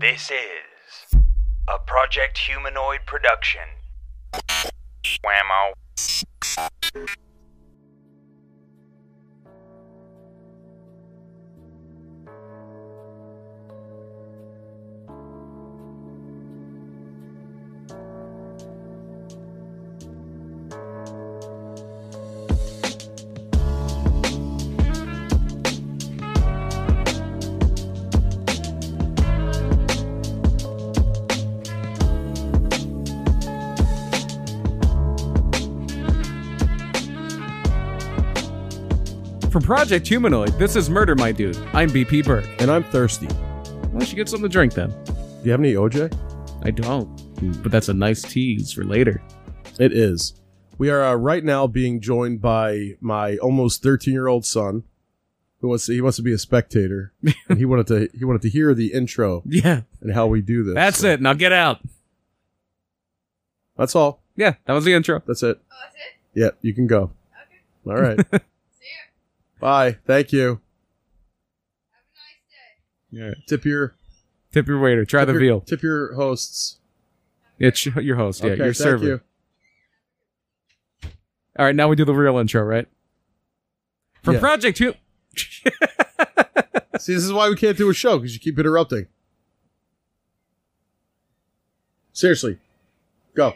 This is a Project Humanoid production. Whammo. From Project Humanoid, this is Murder My Dude. I'm BP Burke. and I'm thirsty. Do Why don't you get something to drink then? you have any OJ? I don't. But that's a nice tease for later. It is. We are uh, right now being joined by my almost 13 year old son, who wants to, he wants to be a spectator, and he wanted to he wanted to hear the intro Yeah. and how we do this. That's So it. Now get out. That's all. Yeah, that was the intro. That's it. Oh, that's it? Yeah, you can go. Okay. All right. See ya. Bye. Thank you. Have a nice day. Yeah. Tip your Tip your waiter. Try tip the your- veal. Tip your hosts. It's your host. Yeah, okay, your thank server. you. All right, now we do the real intro, right? From Yeah. Project Hum. See, this is why we can't do a show because you keep interrupting. Seriously, go.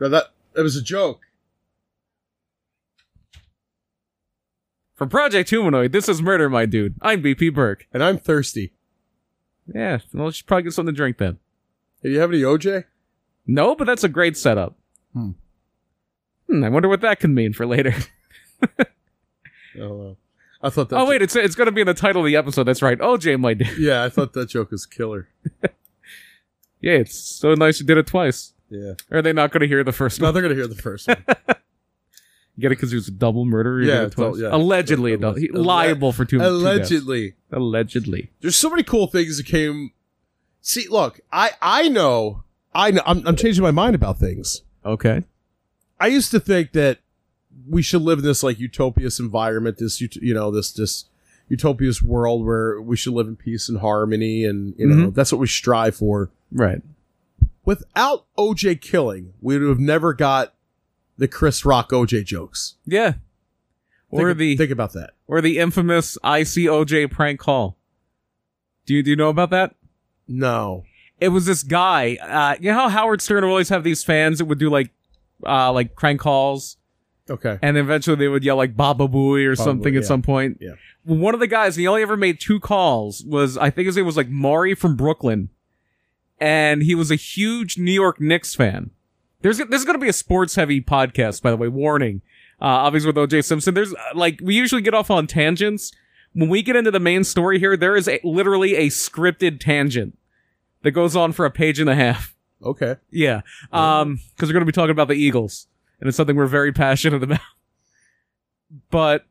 No, that that was a joke. From Project Humanoid, this is Murder My Dude. I'm BP Burke. And I'm thirsty. Yeah, well, you should probably get something to drink then. Hey, do you have any OJ? No, but that's a great setup. Hmm. Hmm, I wonder what that could mean for later. I don't know. I thought that. oh wait, it's it's gonna be in the title of the episode. That's right. Oh, OJ my dude. yeah, I thought that joke was killer. Yeah, it's so nice you did it twice. Yeah. Are they not gonna hear the first No, one? they're gonna hear the first one. Get it because he was a double murderer. you Yeah, did it twice? it's all- yeah. allegedly a It's all- double. He, alle- liable for two. two deaths. Allegedly, Allegedly. there's so many cool things that came. See, look, I I know, I know, I'm, I'm changing my mind about things. Okay. I used to think that we should live in this like utopias environment, this ut- you know, this this utopias world where we should live in peace and harmony, and you Mm-hmm. know, that's what we strive for. Right. Without OJ killing, we would have never got the Chris Rock OJ jokes. Yeah. Or think, the think about that. or the infamous ICOJ prank call. Do you do you know about that? No, it was this guy. Uh, you know how Howard Stern would always have these fans that would do like, uh, like crank calls, okay, and eventually they would yell like "Baba Booey" or Baba something Booey, at yeah. some point. Yeah. Well, One of the guys, and he only ever made two calls, was I think his name was like Maury from Brooklyn, and he was a huge New York Knicks fan. There's this is going to be a sports heavy podcast, by the way. Warning. Uh, obviously with OJ Simpson, there's uh, like we usually get off on tangents. When we get into the main story here, there is a, literally a scripted tangent that goes on for a page and a half. okay. Yeah. Um, because we're going to be talking about the Eagles, and it's something we're very passionate about. But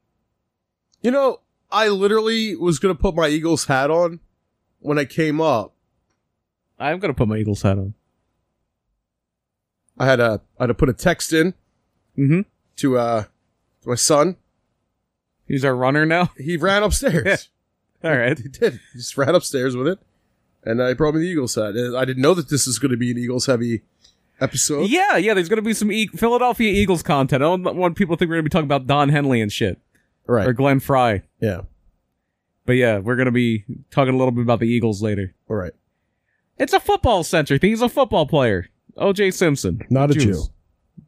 You know, I literally was gonna put my Eagles hat on when I came up. I'm going to put my Eagles hat on. I had a I had to put a text in Mm-hmm. to uh to my son. He's our runner now. He ran upstairs. Yeah. All right. He did. He just ran upstairs with it, and I brought me the Eagles hat. And I didn't know that this is going to be an Eagles heavy episode. Yeah, yeah. There's going to be some e- Philadelphia Eagles content. I don't want people to think we're going to be talking about Don Henley and shit Right. or Glenn Fry. yeah. But yeah, we're going to be talking a little bit about the Eagles later. All right. It's a football centric thing. He's a football player. O.J. Simpson, Not a Jews. Jew.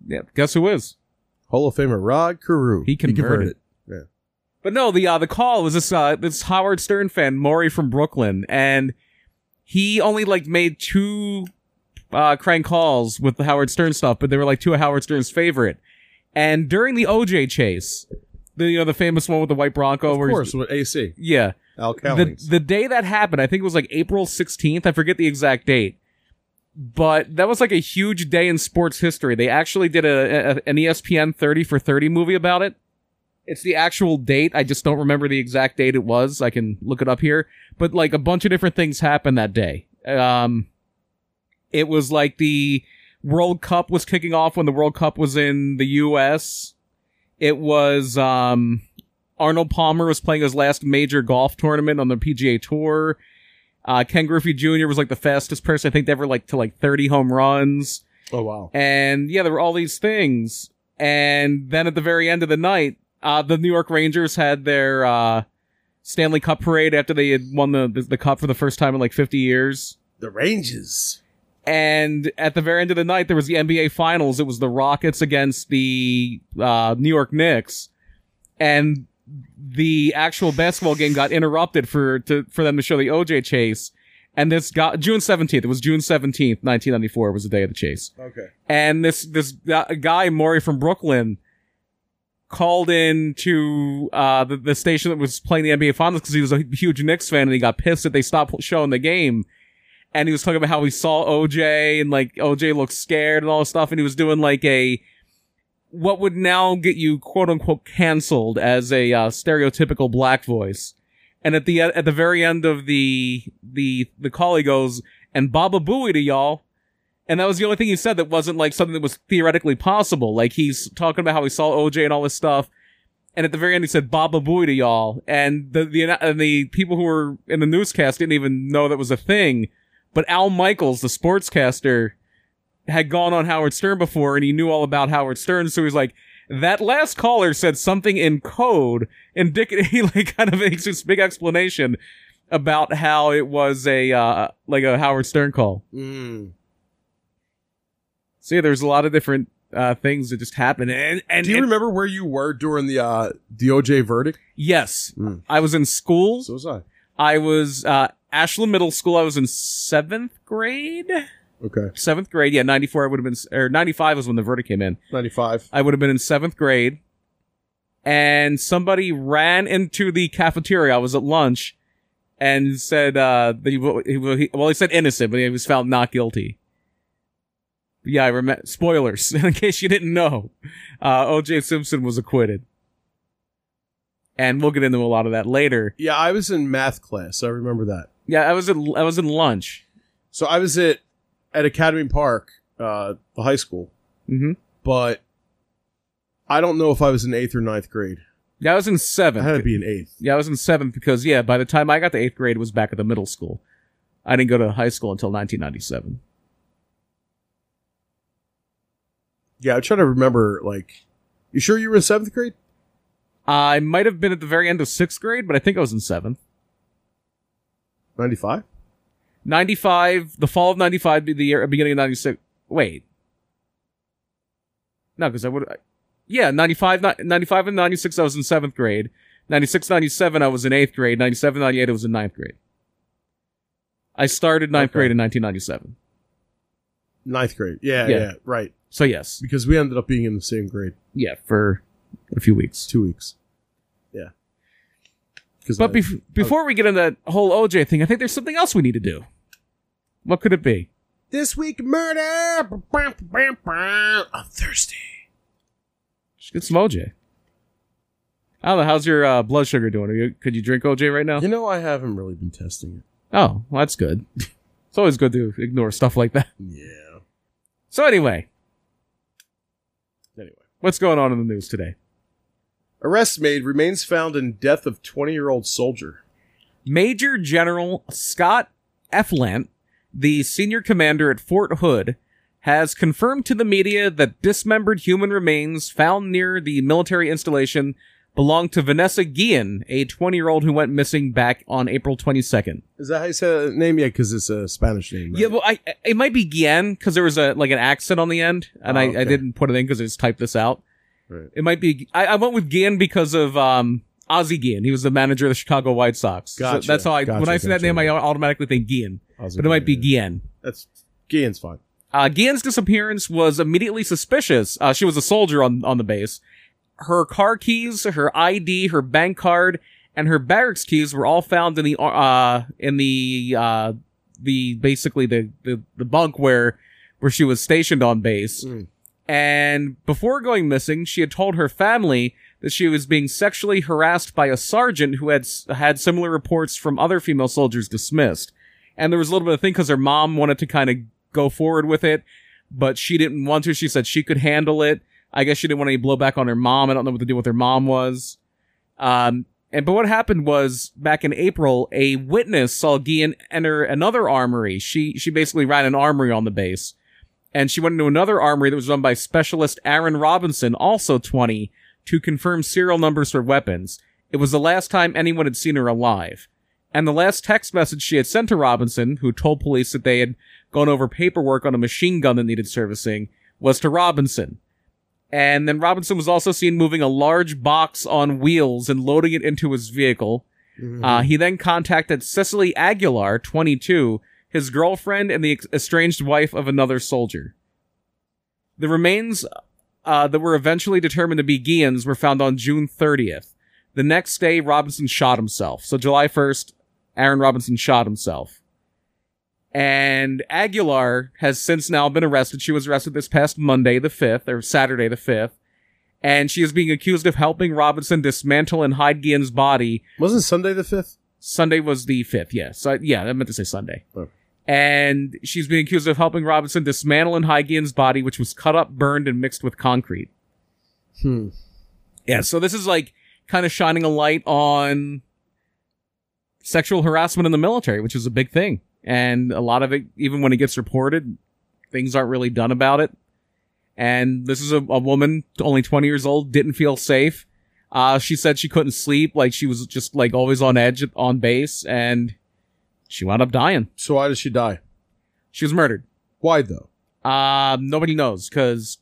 Yeah. Guess who is? Hall of Famer Rod Carew. He converted. But no, the uh, the call was this uh, this Howard Stern fan, Maury from Brooklyn, and he only like made two uh, crank calls with the Howard Stern stuff, but they were like two of Howard Stern's favorite. And during the OJ chase, the you know the famous one with the white Bronco, Of where he's- course, with AC yeah, Al the, Cowlings. the day that happened, I think it was like April 16th. I forget the exact date. But that was like a huge day in sports history. They actually did a, a- an E ESPN 30 for 30 movie about it. It's the actual date. I just don't remember the exact date it was. I can look it up here. But like a bunch of different things happened that day. Um, it was like the World Cup was kicking off when the World Cup was in the U.S. It was um, Arnold Palmer was playing his last major golf tournament on the PGA Tour. Uh, Ken Griffey Jr. was like the fastest person I think ever like to like 30 home runs. Oh wow. And yeah, there were all these things. And then at the very end of the night, uh, the New York Rangers had their uh, Stanley Cup parade after they had won the, the the cup for the first time in like 50 years. The Rangers. And at the very end of the night, there was the NBA Finals. It was the Rockets against the uh, New York Knicks, and the actual basketball game got interrupted for to for them to show the OJ chase. And this got June seventeenth. It was June seventeenth, nineteen ninety four. Was the day of the chase. Okay. And this this gu- guy Maury from Brooklyn called in to uh, the the station that was playing the NBA Finals because he was a huge Knicks fan and he got pissed that they stopped showing the game. And he was talking about how he saw OJ and like OJ looked scared and all this stuff. And he was doing like a what would now get you quote unquote canceled as a uh, stereotypical black voice. And at the at the very end of the the the call, he goes and Baba Booey to y'all. And that was the only thing he said that wasn't like something that was theoretically possible. Like he's talking about how he saw OJ and all this stuff. And at the very end, he said Baba Booey to y'all. And the, the, and the people who were in the newscast didn't even know that was a thing. But Al Michaels, the sportscaster, had gone on Howard Stern before and he knew all about Howard Stern. So he was like, that last caller said something in code indicative, he like kind of makes this big explanation about how it was a, uh, like a Howard Stern call. Mm. So yeah, there's a lot of different uh, things that just happen. And and Do you and- remember where you were during the uh, the OJ verdict? yes, Mm. I was in school. So was I. I was uh, Ashland Middle School. I was in seventh grade. Okay. Seventh grade, yeah, ninety four. I would have been, s- or ninety five was when the verdict came in. Ninety five. I would have been in seventh grade, and somebody ran into the cafeteria. I was at lunch, and said uh, that he, wa- he, wa- he well, he said innocent, but he was found not guilty. Yeah, I remember. Spoilers, in case you didn't know, uh, O.J. Simpson was acquitted, and we'll get into a lot of that later. Yeah, I was in math class. I remember that. Yeah, I was at I was in lunch. So I was at at Academy Park, uh, the high school, Mm-hmm. but I don't know if I was in eighth or ninth grade. Yeah, I was in I seventh. had to be in eighth. Yeah, I was in seventh because yeah, by the time I got to eighth grade, it was back at the middle school. I didn't go to high school until 1997. Yeah, I'm trying to remember. Like, you sure you were in seventh grade? I might have been at the very end of sixth grade, but I think I was in seventh. Ninety five. 95, the fall of 95, be the year, beginning of 96. Wait. No, because I would. Yeah, 95, ni- 95 and 96, I was in seventh grade. 96, 97, I was in eighth grade. 97, 98, I was in ninth grade. I started ninth Okay. grade in 1997. Ninth grade. Yeah, Yeah. yeah, right. So, yes. Because we ended up being in the same grade. Yeah, for a few weeks. It's two weeks. Yeah. Because But bef- before we get into that whole OJ thing, I think there's something else we need to do. What could it be? this week murder on Thursday. Just get some OJ. I don't know. How's your uh, blood sugar doing? Are you, could you drink OJ right now? You know, I haven't really been testing it. Oh, well, that's good. it's always good to ignore stuff like that. Yeah. So anyway, Anyway, what's going on in the news today? arrest made remains found in death of twenty-year-old soldier. Major General Scott Eflant, the senior commander at Fort Hood, has confirmed to the media that dismembered human remains found near the military installation belonged to Vanessa Guillen, a 20 year old who went missing back on April 22nd. Is that how you say that name? Yeah, because it's a Spanish name. right? Yeah, well, I, it might be Guillen because there was a like an accent on the end, and Oh, I, I okay. didn't put it in because I just typed this out. Right. It might be. I, I went with Guillen because of um, Ozzie Guillen. He was the manager of the Chicago White Sox. So Gotcha, that's how I when gotcha, I see that gotcha. name, I automatically think Guillen, I was but it might be like, yeah, Guillen. That's Guillen's fine. Uh, Guillen's disappearance was immediately suspicious. Uh, she was a soldier on, on the base. Her car keys, her ID, her bank card, and her barracks keys were all found in the uh in the uh the basically the the, the bunk where where she was stationed on base. Mm. And before going missing, she had told her family that she was being sexually harassed by a sergeant who had s- had similar reports from other female soldiers dismissed. And there was a little bit of thing because her mom wanted to kind of go forward with it, but she didn't want to. She said she could handle it. I guess she didn't want any blowback on her mom. I don't know what the deal with her mom was. Um, And but what happened was back in April, a witness saw Gian enter another armory. She she basically ran an armory on the base. And she went into another armory that was run by specialist Aaron Robinson, also 20, to confirm serial numbers for weapons. It was the last time anyone had seen her alive. And the last text message she had sent to Robinson, who told police that they had gone over paperwork on a machine gun that needed servicing, was to Robinson. And then Robinson was also seen moving a large box on wheels and loading it into his vehicle. Uh, he then contacted Cecily Aguilar, 22, his girlfriend and the ex- estranged wife of another soldier. The remains uh, that were eventually determined to be Guillen's were found on June 30th. The next day, Robinson shot himself. So July 1st, Aaron Robinson shot himself. And Aguilar has since now been arrested. She was arrested this past Monday, the 5th, or Saturday, the 5th. And she is being accused of helping Robinson dismantle and hide Guillen's body Wasn't Sunday the fifth? Sunday was the fifth. Yeah. So yeah, I meant to say Sunday. Okay. And she's being accused of helping Robinson dismantle and hide Gideon's body, which was cut up, burned, and mixed with concrete. Hmm. Yeah. So this is like kind of shining a light on sexual harassment in the military, which is a big thing. And a lot of it, even when it gets reported, things aren't really done about it. And this is a, a woman, only 20 years old, didn't feel safe. Uh, she said she couldn't sleep. Like she was just like always on edge at- on base and she wound up dying. So why did she die? She was murdered. Why though? Um, nobody knows because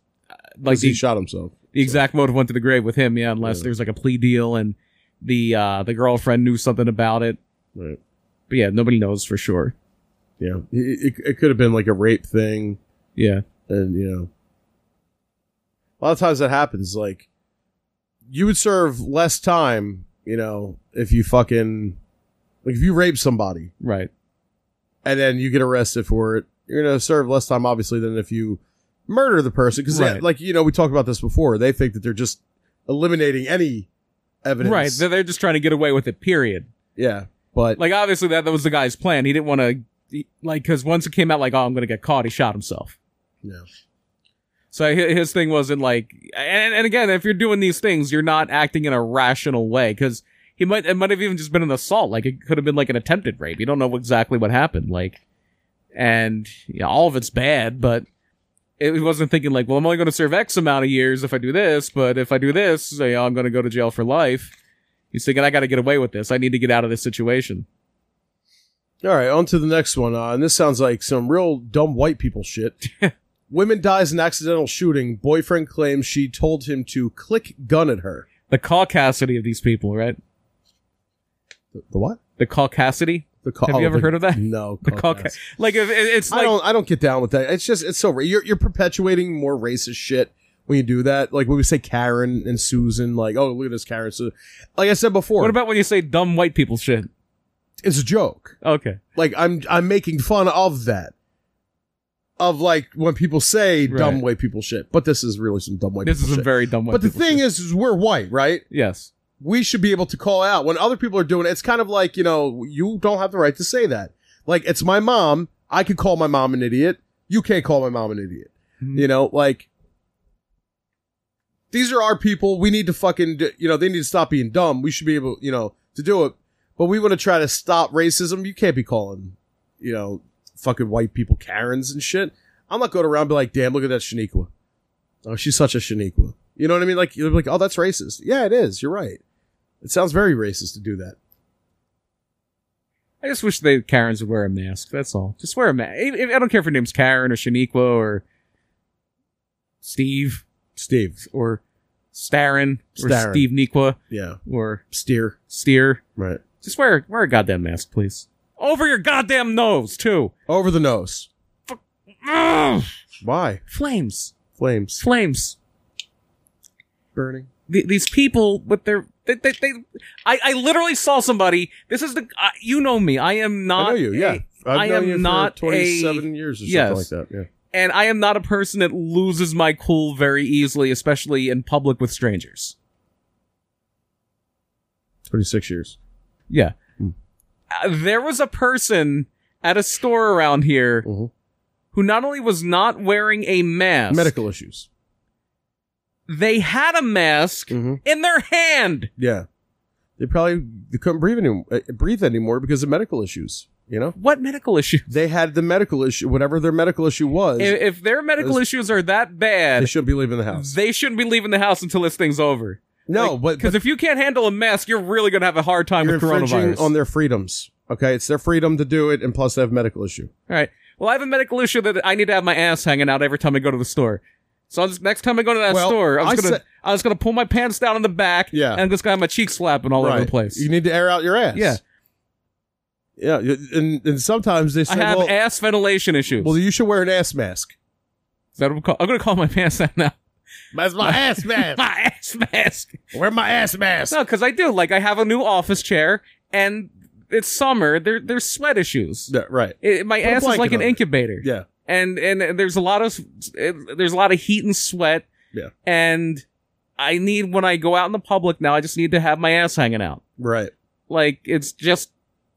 like 'Cause he the, shot himself. the exact motive went to the grave with him. Yeah. Unless Yeah. there's like a plea deal and the, uh, the girlfriend knew something about it. Right. But yeah, nobody knows for sure. Yeah. It, it, it could have been like a rape thing, Yeah. and you know, a lot of times that happens. Like, you would serve less time, you know, if you fucking like if you rape somebody Right. and then you get arrested for it. You're gonna serve less time, obviously, than if you murder the person. Because, Right. like you know, we talked about this before. They think that they're just eliminating any evidence. Right. They're, they're just trying to get away with it, period. yeah. But Like, obviously, that, that was the guy's plan. He didn't want to, like, because once it came out, like, oh, I'm going to get caught, he shot himself. yeah. So hi- his thing wasn't like, and, and again, if you're doing these things, you're not acting in a rational way because he might, it might have even just been an assault. Like it could have been like an attempted rape. You don't know exactly what happened. Like, and yeah, all of it's bad, but it he wasn't thinking like, well, I'm only going to serve X amount of years if I do this, but if I do this, you know, I'm going to go to jail for life. He's thinking, I got to get away with this. I need to get out of this situation. All right, on to the next one. Uh, and this sounds like some real dumb white people shit. Women dies in accidental shooting. Boyfriend claims she told him to click gun at her. The caucasity of these people, right? The, the what? The caucasity. The ca- Have you ever the- heard of that? No. The caucas. cauca- like if it- it's I like don't. I don't get down with that. It's just. It's so. ra- You're you're perpetuating more racist shit when you do that. Like when we say Karen and Susan. Like oh look at this Karen. So, like I said before, What about when you say dumb white people shit? it's a joke. Okay. Like I'm I'm making fun of that. Of like when people say dumb Right. white people shit, but this is really some dumb white. This is people a shit. very dumb white But the people thing shit. is, is we're white, right? Yes. We should be able to call out when other people are doing it. It's kind of like, you know, you don't have the right to say that. Like, it's my mom. I could call my mom an idiot. You can't call my mom an idiot. Mhm. You know, like, these are our people. We need to fucking, do, you know, they need to stop being dumb. We should be able, you know, to do it. But we want to try to stop racism. You can't be calling, you know, fucking white people Karens and shit. I'm not going around and be like, damn, look at that Shaniqua. Oh, she's such a Shaniqua. You know what I mean? Like, you're like, oh, that's racist. Yeah, it is. You're right. It sounds very racist to do that. I just wish they Karens would wear a mask. That's all. Just wear a mask. I don't care if her name's Karen or Shaniqua or Steve Steve. or Starin or Starin. Steve Niqua Yeah. or Steer. Steer. Right. Just wear wear a goddamn mask, please. Over your goddamn nose too. Over the nose. Ugh. Why? Flames. Flames. Flames. Burning. Th- these people with their they, they, they I, I literally saw somebody. This is the I you know me. I am not I know you. a- Yeah. I've I known am you for not 27 years or Yes. something like that. Yeah. and I am not a person that loses my cool very easily, especially in public with strangers. 26 years. Yeah. Hmm. Uh, there was a person at a store around here Mhm. who not only was not wearing a mask, Medical issues. they had a mask Mhm. in their hand. Yeah. They probably they couldn't breathe any, uh, breathe anymore because of medical issues. You know, What medical issue? they had the medical issue, whatever their medical issue was. If, if their medical issues are that they bad, shouldn't be leaving the house. they shouldn't be leaving the house until this thing's over. No, but, Because but if you can't handle a mask, you're really gonna have a hard time you're with coronavirus. infringing on their freedoms. Okay, it's their freedom to do it, and plus they have a medical issue. All right. Well, I have a medical issue that I need to have my ass hanging out every time I go to the store. So I'll just, next time I go to that Well, store, I'm just I gonna sa- I'm just gonna pull my pants down in the back, Yeah. and I'm just gonna have my cheeks slapping all over the place. You need to air out your ass. Yeah. yeah, y- and, and sometimes they I say, have well, ass ventilation issues. well, you should wear an ass mask. Is that what I'm, call- I'm gonna call my pants that now. That's my ass mask. My ass mask. Wear my ass mask. No, because I do. Like I have a new office chair, and it's summer. There there's sweat issues. Yeah, right. It, my a ass is blanket like an on it. incubator. Yeah. and and there's a lot of it, there's a lot of heat and sweat. Yeah. And I need when I go out in the public now, I just need to have my ass hanging out. Right. Like it's just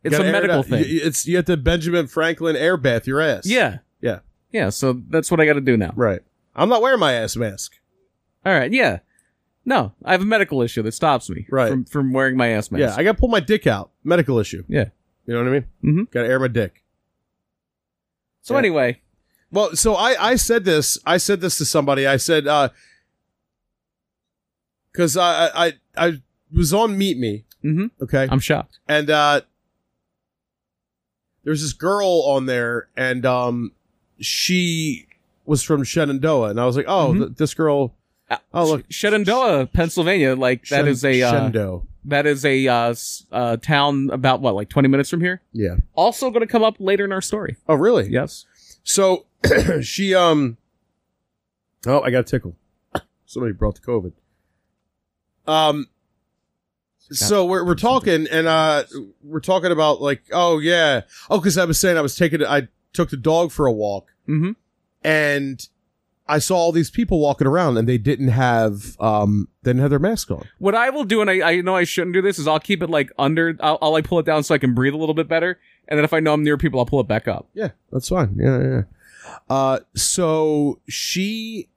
it's Gotta a air it medical out. thing. You- you- It's you have to Benjamin Franklin air bath your ass. yeah. Yeah. Yeah, so that's what I got to do now. Right. I'm not wearing my ass mask. All right, yeah. No, I have a medical issue that stops me Right. from, from wearing my ass mask. Yeah, I got to pull my dick out. Medical issue. Yeah. You know what I mean? Mhm. Got to air my dick. so yeah. anyway, Well, so I I said this. I said this to somebody. I said uh cuz I I- I I was on Meet Me, hmm okay? I'm shocked. and uh there's this girl on there and um she was from Shenandoah and I was like, "Oh, Mhm. th- this girl Ah, Oh, look. Sh- Shenandoah, Pennsylvania, like that Shen- is a uh, Shenandoah. that is a uh, s- uh, town about what like 20 minutes from here. Yeah. Also going to come up later in our story. Oh, really? Yes. So she um Oh, I got a tickle. Somebody brought the COVID. Um so we're we're talking and uh we're talking about like, oh yeah. Oh, because I was saying I was taking I took the dog for a walk Mm-hmm. and I saw all these people walking around and they didn't have um they didn't have their mask on. What I will do, and I, I know I shouldn't do this, is I'll keep it like under. I'll, I'll like pull it down so I can breathe a little bit better, and then if I know I'm near people, I'll pull it back up. Yeah, that's fine. Yeah, yeah. yeah. Uh so she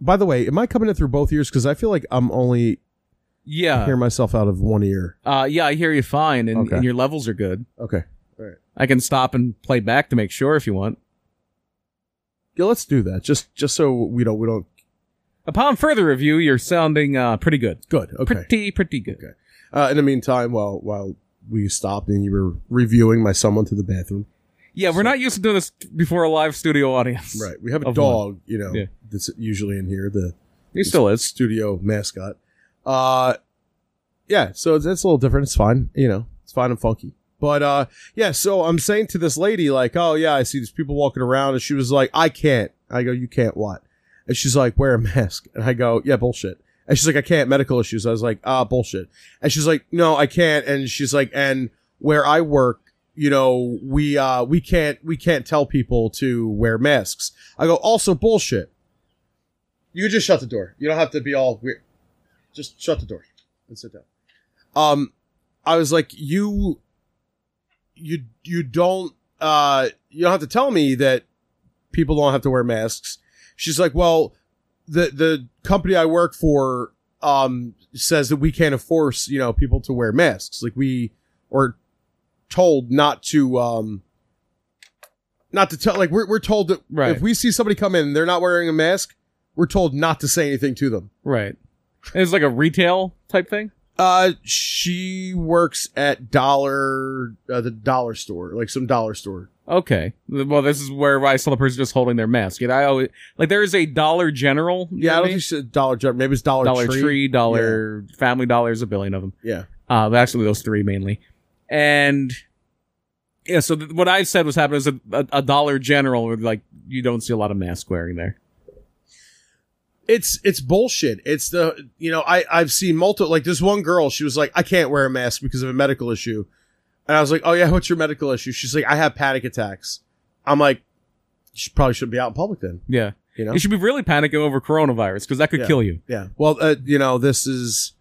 by the way, am I coming in through both ears? Because I feel like I'm only Yeah. hearing myself out of one ear. Uh, yeah, I hear you fine, and, Okay. and your levels are good. Okay. I can stop and play back to make sure if you want. Yeah, let's do that. Just just so we don't we don't Upon further review, you're sounding uh, pretty good. good. Okay. Pretty, pretty good. Okay. Uh, in the meantime, while while we stopped and you were reviewing my someone to the bathroom. Yeah, we're not used to doing this before a live studio audience. Right. We have a Of dog, you know, Yeah. that's usually in here, the He still is. studio mascot. Uh yeah, so it's, it's a little different. It's fine, you know. It's fine and funky. But uh yeah, so I'm saying to this lady, like, oh yeah, I see these people walking around, and she was like, I can't. I go, You can't what? And she's like, Wear a mask. And I go, Yeah, bullshit. And she's like, I can't, medical issues. I was like, ah, bullshit. And she's like, No, I can't. And she's like, and where I work, you know, we uh we can't we can't tell people to wear masks. I go, also bullshit. You just shut the door. You don't have to be all weird. Just shut the door and sit down. Um, I was like, you, you, you don't, uh, you don't have to tell me that people don't have to wear masks. She's like, well, the the company I work for, um, says that we can't force you know people to wear masks. Like we are told not to, um, not to tell. Like we're we're told that Right. if we see somebody come in and they're not wearing a mask, we're told not to say anything to them. Right. It's like a retail type thing. Uh, she works at dollar uh, the dollar store, like some dollar store. Okay. Well, this is where I saw the person just holding their mask. And I always like there is a Dollar General. Yeah, I don't maybe? think she said Dollar General. Maybe it's Dollar, Dollar Tree. Tree, Dollar Family Dollar. There's a billion of them. Yeah, Uh, but actually, those three mainly. And yeah, so th- what I said was happening is a, a, a Dollar General where like you don't see a lot of mask wearing there. it's it's bullshit. It's the you know I I've seen multiple like this one girl. She was like, I can't wear a mask because of a medical issue, and I was like, Oh yeah, what's your medical issue? She's like, I have panic attacks. I'm like, she probably shouldn't be out in public then. Yeah, You know, you should be really panicking over coronavirus because that could Yeah. kill you. Yeah. Well, uh, you know, this is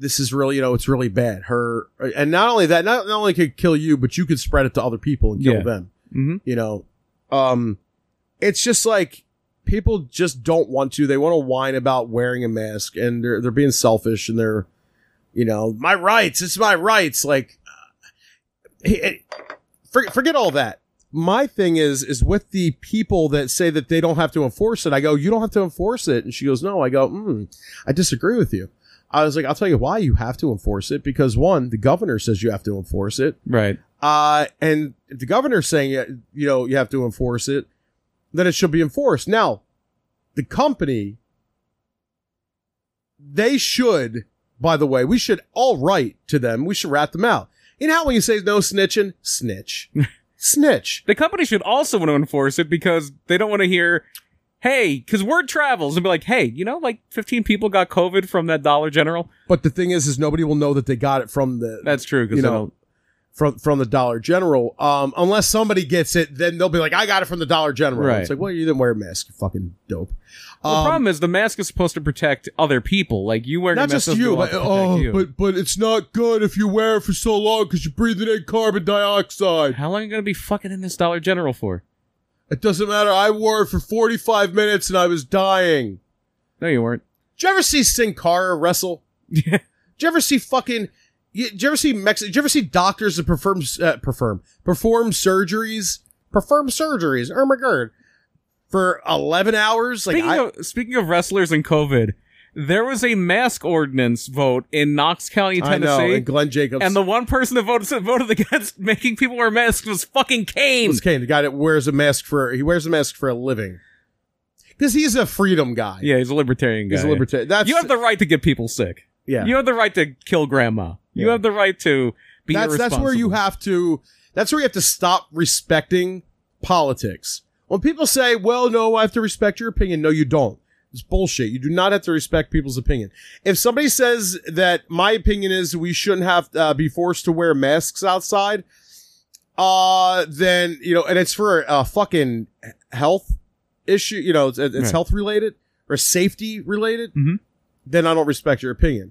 this is really, you know, it's really bad. Her and not only that, not, not only could it kill you, but you could spread it to other people and kill Yeah. them. hmm You know, um, it's just like people just don't want to. They want to whine about wearing a mask, and they're they're being selfish, and they're you know, my rights, it's my rights. Like, uh, he- he- for, forget all that. My thing is, is with the people that say that they don't have to enforce it. I go, you don't have to enforce it. And she goes, no. I go, mm, I disagree with you. I was like, I'll tell you why you have to enforce it because one, the governor says you have to enforce it. Right. Uh, and if the governor's saying, uh, you know, you have to enforce it, then it should be enforced. Now, the company, they should, by the way, we should all write to them. We should rat them out. You know how when you say no snitching, snitch, snitch. The company should also want to enforce it because they don't want to hear, hey, because word travels and be like, hey, you know, like 15 people got COVID from that Dollar General. But the thing is, is nobody will know that they got it from the That's true. Because You know, from from the Dollar General. Um, unless somebody gets it, then they'll be like, I got it from the Dollar General. Right. It's like, well, you didn't wear a mask, you fucking dope. the um, problem is the mask is supposed to protect other people. Like you wearing not a mask just doesn't you, go out but to oh, protect you. but but it's not good if you wear it for so long because you're breathing in carbon dioxide. How long are you going to be fucking in this Dollar General for? It doesn't matter. I wore it for 45 minutes and I was dying. No, you weren't. Did you ever see Sin Cara wrestle? Yeah. Did you ever see fucking? You, did you ever see Mex? Did you ever see doctors that perform uh, perform perform surgeries? Perform surgeries. Oh my god! For 11 hours, like Speaking, I, of, speaking of wrestlers and COVID, there was a mask ordinance vote in Knox County, I know. Tennessee. And Glenn Jacobs And the one person that voted voted against making people wear masks was fucking Kane. was Kane, the guy that wears a mask for he wears a mask for a living because he's a freedom guy. Yeah, he's a libertarian guy. He's a libertarian. That's You have the right to get people sick. yeah. You have the right to kill grandma. You Yeah. have the right to be that's that's where you irresponsible. have to. That's where you have to stop respecting politics. When people say, "Well, no, I have to respect your opinion," no, you don't. It's bullshit. You do not have to respect people's opinion. If somebody says that my opinion is we shouldn't have uh, be forced to wear masks outside, uh, then you know, and it's for a fucking health issue. You know, it's, it's Right. health related or safety related. Mhm. Then I don't respect your opinion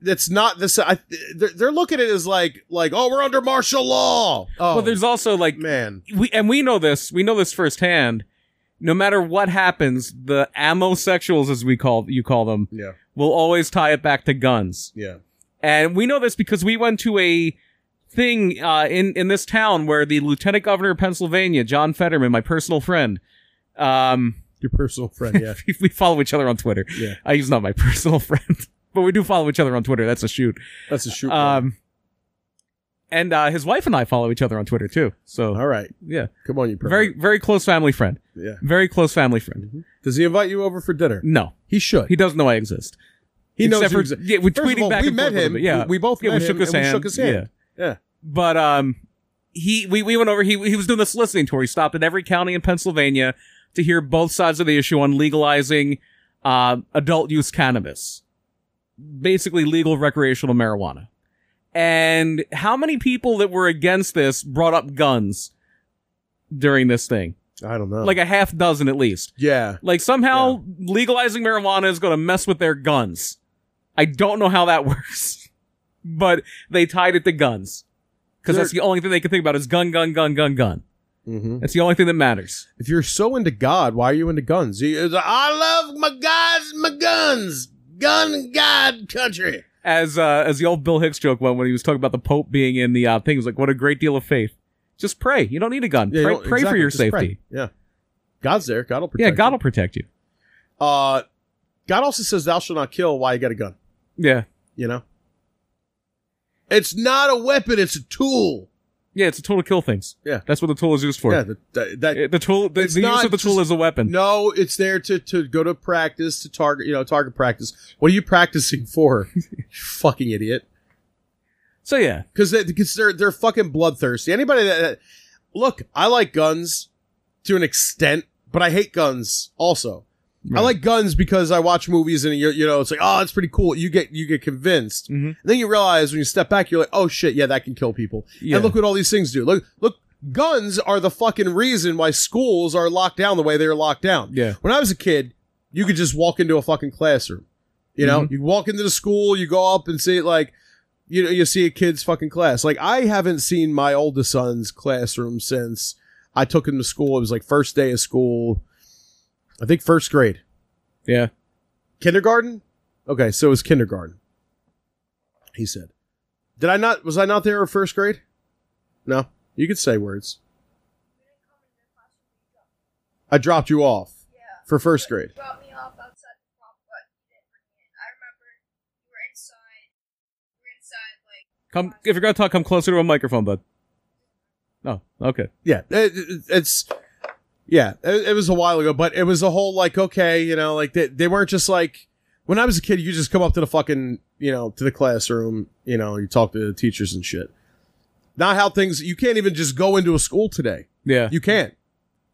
that's not this. I, they're, they're looking at it as like like oh we're under martial law. Oh Well, there's also like man, we and we know this. We know this firsthand. No matter what happens, the amosexuals, as we call you call them, yeah, will always tie it back to guns. yeah, And we know this because we went to a thing uh, in in this town where the lieutenant governor of Pennsylvania, John Fetterman, my personal friend, um, your personal friend. Yeah, we- we follow each other on Twitter. Yeah. uh, he's not my personal friend, but we do follow each other on Twitter. That's a shoot. that's a shoot. Um, and uh, his wife and I follow each other on Twitter too. So All right, yeah, come on, you pervert. very very close family friend. yeah. Very close family friend. Does he invite you over for dinner? No, He should. he doesn't know I exist. He knows. Except you for- exist. yeah, we First of tweeted all, back we and met forth a him. little bit. Yeah, we, we both yeah, met we shook him his and hand. We shook his hand. Yeah. Yeah. But um, he we, we went over. He he was doing this listening tour. He stopped at every county in Pennsylvania to hear both sides of the issue on legalizing uh, adult use cannabis, basically legal recreational marijuana. And how many people that were against this brought up guns during this thing? I don't know. Like a half dozen at least. yeah, Like somehow legalizing marijuana is going to mess with their guns. I don't know how that works, but they tied it to guns because that's the only thing they can think about is gun, gun, gun, gun, gun. hmm That's the only thing that matters. if you're so into God, why are you into guns? He is, I love my guys, my guns, gun God country. As uh, as the old Bill Hicks joke went when he was talking about the Pope being in the uh, thing, he was like, "What a great deal of faith! Just pray. You don't need a gun. Yeah, you pray don't- pray for exactly, your just safety. pray. Yeah, God's there. God will protect. Yeah, God you. will protect you. Uh, God also says, "Thou shalt not kill." Why you got a gun? Yeah, You know, it's not a weapon; it's a tool. yeah. It's a tool to kill things. Yeah. that's what the tool is used for. Yeah, that, that, that- It- the tool, the, It's the use not of the tool just- is a weapon. no, it's there to to go to practice to target. You know, target practice. What are you practicing for? You fucking idiot. So yeah, because they, because they're they're fucking bloodthirsty. Anybody that, that- look, I like guns to an extent, but I hate guns also. I Right. like guns because I watch movies and you you know it's like oh it's pretty cool. You get you get convinced, Mhm. and then you realize when you step back, you're like oh shit yeah that can kill people. Yeah. And look what all these things do. Look look. Guns are the fucking reason why schools are locked down the way they're locked down. Yeah. When I was a kid, you could just walk into a fucking classroom. You Mm-hmm. know, you walk into the school, you go up and see like you know, you see a kid's fucking class. Like I haven't seen my oldest son's classroom since I took him to school. It was like first day of school. I think first grade. yeah. Kindergarten? Okay, so it was kindergarten. he said. Did I not was I not there in first grade? No. You could say words. I dropped you off Yeah. for first grade. Brought me off outside the prom, but you didn't bring me in. I remember you were inside. You were inside, like. Come if you're gonna talk, come closer to a microphone, bud. Oh, okay. yeah it, it- it's yeah it, it was a while ago but it was a whole like okay you know like they, they weren't just like when i was a kid you just come up to the fucking you know to the classroom you know you talk to the teachers and shit not how things you can't even just go into a school today Yeah. you can't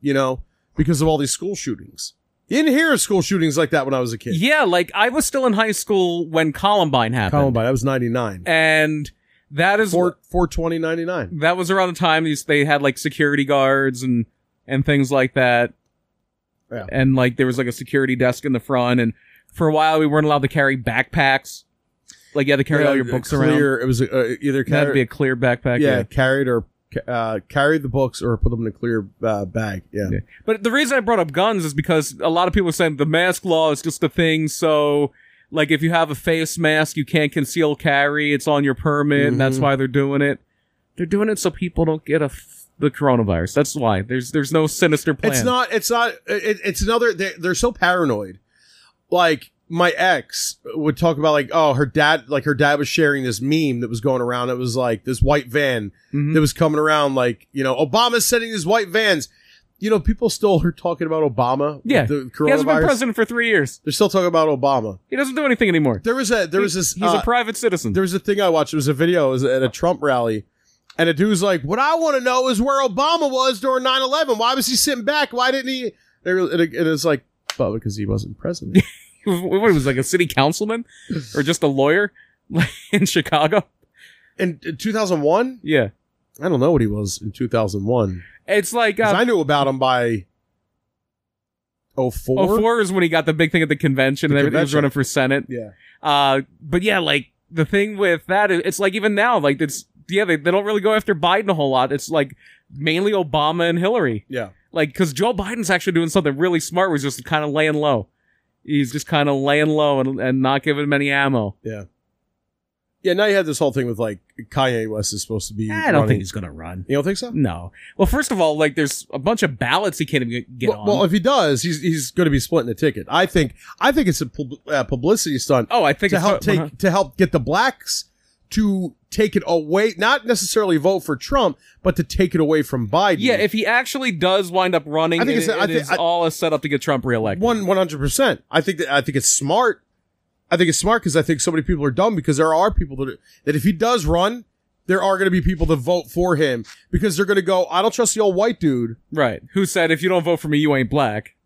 you know because of all these school shootings you didn't hear of school shootings like that when i was a kid yeah, like I was still in high school when Columbine happened. columbine that was 99 And that is Four, 420 99 that was around the time these they had like security guards and and things like that. Yeah. And like there was like a security desk in the front and for a while we weren't allowed to carry backpacks. Like you had to carry all your books around. clear, it was uh, either It had to carry- be a clear backpack. yeah, carried or uh, carried the books or put them in a clear uh, bag. Yeah. Yeah. But the reason I brought up guns is because a lot of people are saying the mask law is just a thing. So, like, if you have a face mask, you can't conceal carry. It's on your permit, and that's Mhm. why they're doing it. They're doing it so people don't get a f- the coronavirus. That's why. There's there's no sinister plan. It's not. It's not. It, it's another. They're, they're so paranoid. Like my ex would talk about, like, oh, her dad. Like her dad was sharing this meme that was going around. It was like this white van Mhm. that was coming around. Like you know, Obama's sending these white vans. You know, people still are talking about Obama. with Yeah. the He hasn't been coronavirus. president for three years. they're still talking about Obama. He doesn't do anything anymore. There was a. There was He- this. He's uh, a private citizen. there was a thing I watched. It was a video. It was at a Trump rally. And a dude's like, what I want to know is where Obama was during 9 11. Why was he sitting back? Why didn't he? And it- and it was like, but because he wasn't president. what he was like a city councilman or just a lawyer in Chicago? in 2001? Yeah. I don't know what he was in 2001. It's like 'Cause uh, I knew about him by 04. Oh, four is when he got the big thing at the convention The and everything. He was convention. running for senate. Yeah. Uh, but yeah, like the thing with that, is, it's like even now, like it's yeah, they, they don't really go after Biden a whole lot. It's like mainly Obama and Hillary, Yeah. like because Joe Biden's actually doing something really smart. Where he's just kind of laying low. He's just kind of laying low and, and not giving him any ammo. Yeah. Now you had this whole thing with like Kanye West is supposed to be. I don't running. think he's gonna run. You don't think so? No. Well, first of all, like there's a bunch of ballots he can't even get Well, on. well, if he does, he's he's going to be splitting the ticket. I think I think it's a pub- uh, publicity stunt oh, I think to it's help uh-huh. take to help get the blacks to take it away, not necessarily vote for Trump, but to take it away from Biden. Yeah, if he actually does wind up running, I think it- it's- I it think- is I- all a setup to get Trump reelected. one one hundred percent. I think that I think it's smart. I think it's smart because I think so many people are dumb because there are people that that if he does run, there are going to be people that vote for him because they're going to go, I don't trust the old white dude, Right. Who said if you don't vote for me, you ain't black?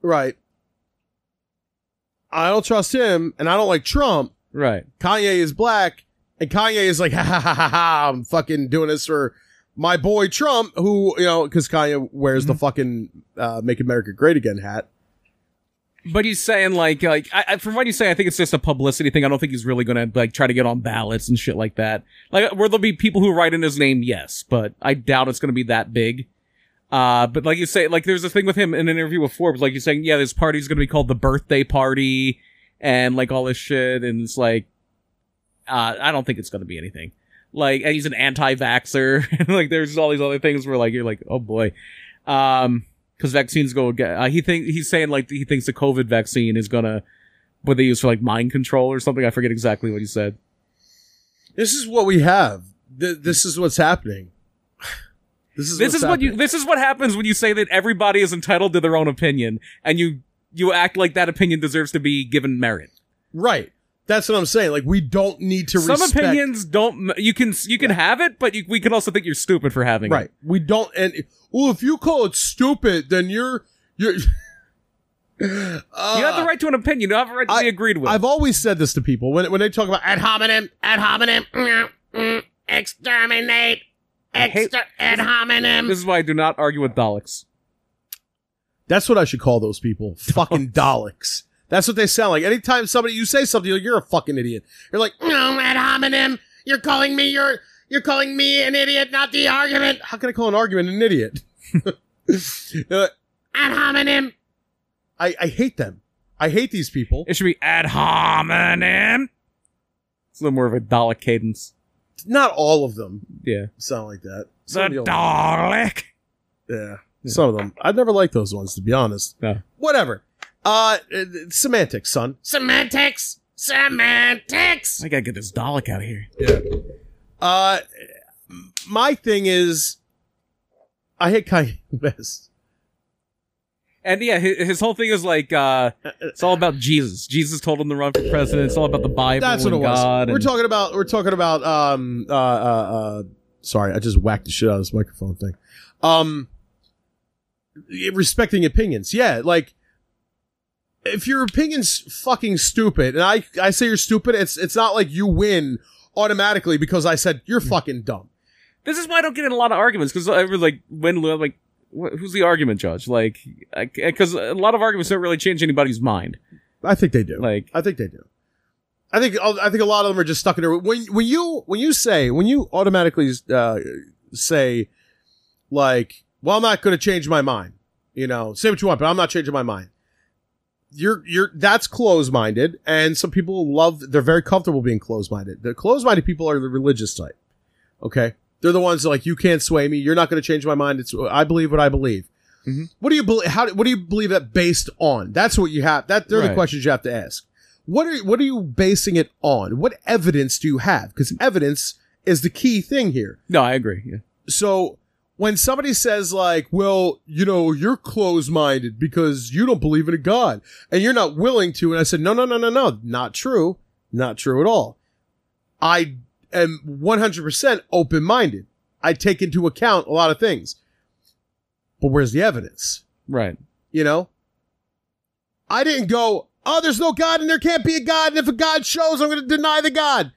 right? I don't trust him, and I don't like Trump. Right. Kanye is black, and Kanye is like, ha ha ha ha, ha I'm fucking doing this for my boy Trump, who you know, because Kanye wears Mhm. the fucking uh, "Make America Great Again" hat. But he's saying like like I, I, from what you say, I think it's just a publicity thing. I don't think he's really gonna like try to get on ballots and shit like that. Like where there'll be people who write in his name, yes, but I doubt it's gonna be that big. Uh, but like you say, like there's a thing with him in an interview with Forbes, like you're saying, yeah, this party's gonna be called the birthday party and like all this shit, and it's like, uh, I don't think it's gonna be anything. Like, and he's an anti-vaxer, like there's all these other things where like you're like, oh boy, um, because vaccines go. aga- Uh, he think he's saying like he thinks the COVID vaccine is gonna what they use for like mind control or something. I forget exactly what he said. This is what we have. Th- this is what's happening. This is This what's is what you. happening. This is what happens when you say that everybody is entitled to their own opinion, and you you act like that opinion deserves to be given merit. right. That's what I'm saying. Like we don't need to Some respect. opinions don't. m- You can you can have it, but you, we can also think you're stupid for having right. it. We don't. And well, if you call it stupid, then you're you're. You have Ah. the right to an opinion. You have a right to I- be agreed with. I've always said this to people when when they talk about ad hominem, ad hominem, mm, mm, exterminate, I hate- exter- ad hominem. this is why I do not argue with Daleks. That's what I should call those people. Fucking Daleks. That's what they sound like. Anytime somebody you say something, you're, like, you're a fucking idiot. You're like mm, ad hominem. You're calling me your. You're calling me an idiot, not the argument. How can I call an argument an idiot? Uh, ad hominem. I, I hate them. I hate these people. It should be ad hominem. It's a little more of a Dalek cadence. Not all of them Yeah. sound like that. The Some of the old- Dalek. Yeah. Yeah. Some of them. I've never liked those ones, to be honest. No. Whatever. Uh, uh, semantics, son. Semantics. Semantics. I gotta get this Dalek out of here. Uh, m- my thing is, I hate Kanye West. And yeah, his, his whole thing is like uh it's all about Jesus. Jesus told him to run for president. It's all about the Bible That's what and it was. God. we're and- talking about. We're talking about. Um. Uh. Uh. uh sorry, I just whacked the shit out of this microphone thing. Um. y- Respecting opinions, yeah. Like, if your opinion's fucking stupid, and I I say you're stupid, it's it's not like you win automatically because I said Mm. you're fucking dumb. this is why I don't get in a lot of arguments because I was like when I'm like wh- who's the argument judge? Like because a lot of arguments don't really change anybody's mind. I think they do. Like I think they do. I think I think a lot of them are just stuck in there. When when you when you say when you automatically uh, say like, well, I'm not going to change my mind. You know, say what you want, but I'm not changing my mind. You're you're that's closed minded, and some people love they're very comfortable being closed minded. The closed minded people are the religious type. Okay, they're the ones that like you can't sway me. You're not going to change my mind. It's I believe what I believe. Mhm. What do you believe? How do- what do you believe that based on? That's what you have. That they're the Right. questions you have to ask. What are what are you basing it on? What evidence do you have? Because evidence is the key thing here. no, I agree. Yeah. So when somebody says like, "Well, you know, you're closed-minded because you don't believe in a god and you're not willing to," and I said, "No, no, no, no, no, not true, not true at all. I am 100% open-minded. I take into account a lot of things, but where's the evidence? Right. You know, I didn't go." Oh, there's no God and there can't be a God. And if a God shows, I'm going to deny the God.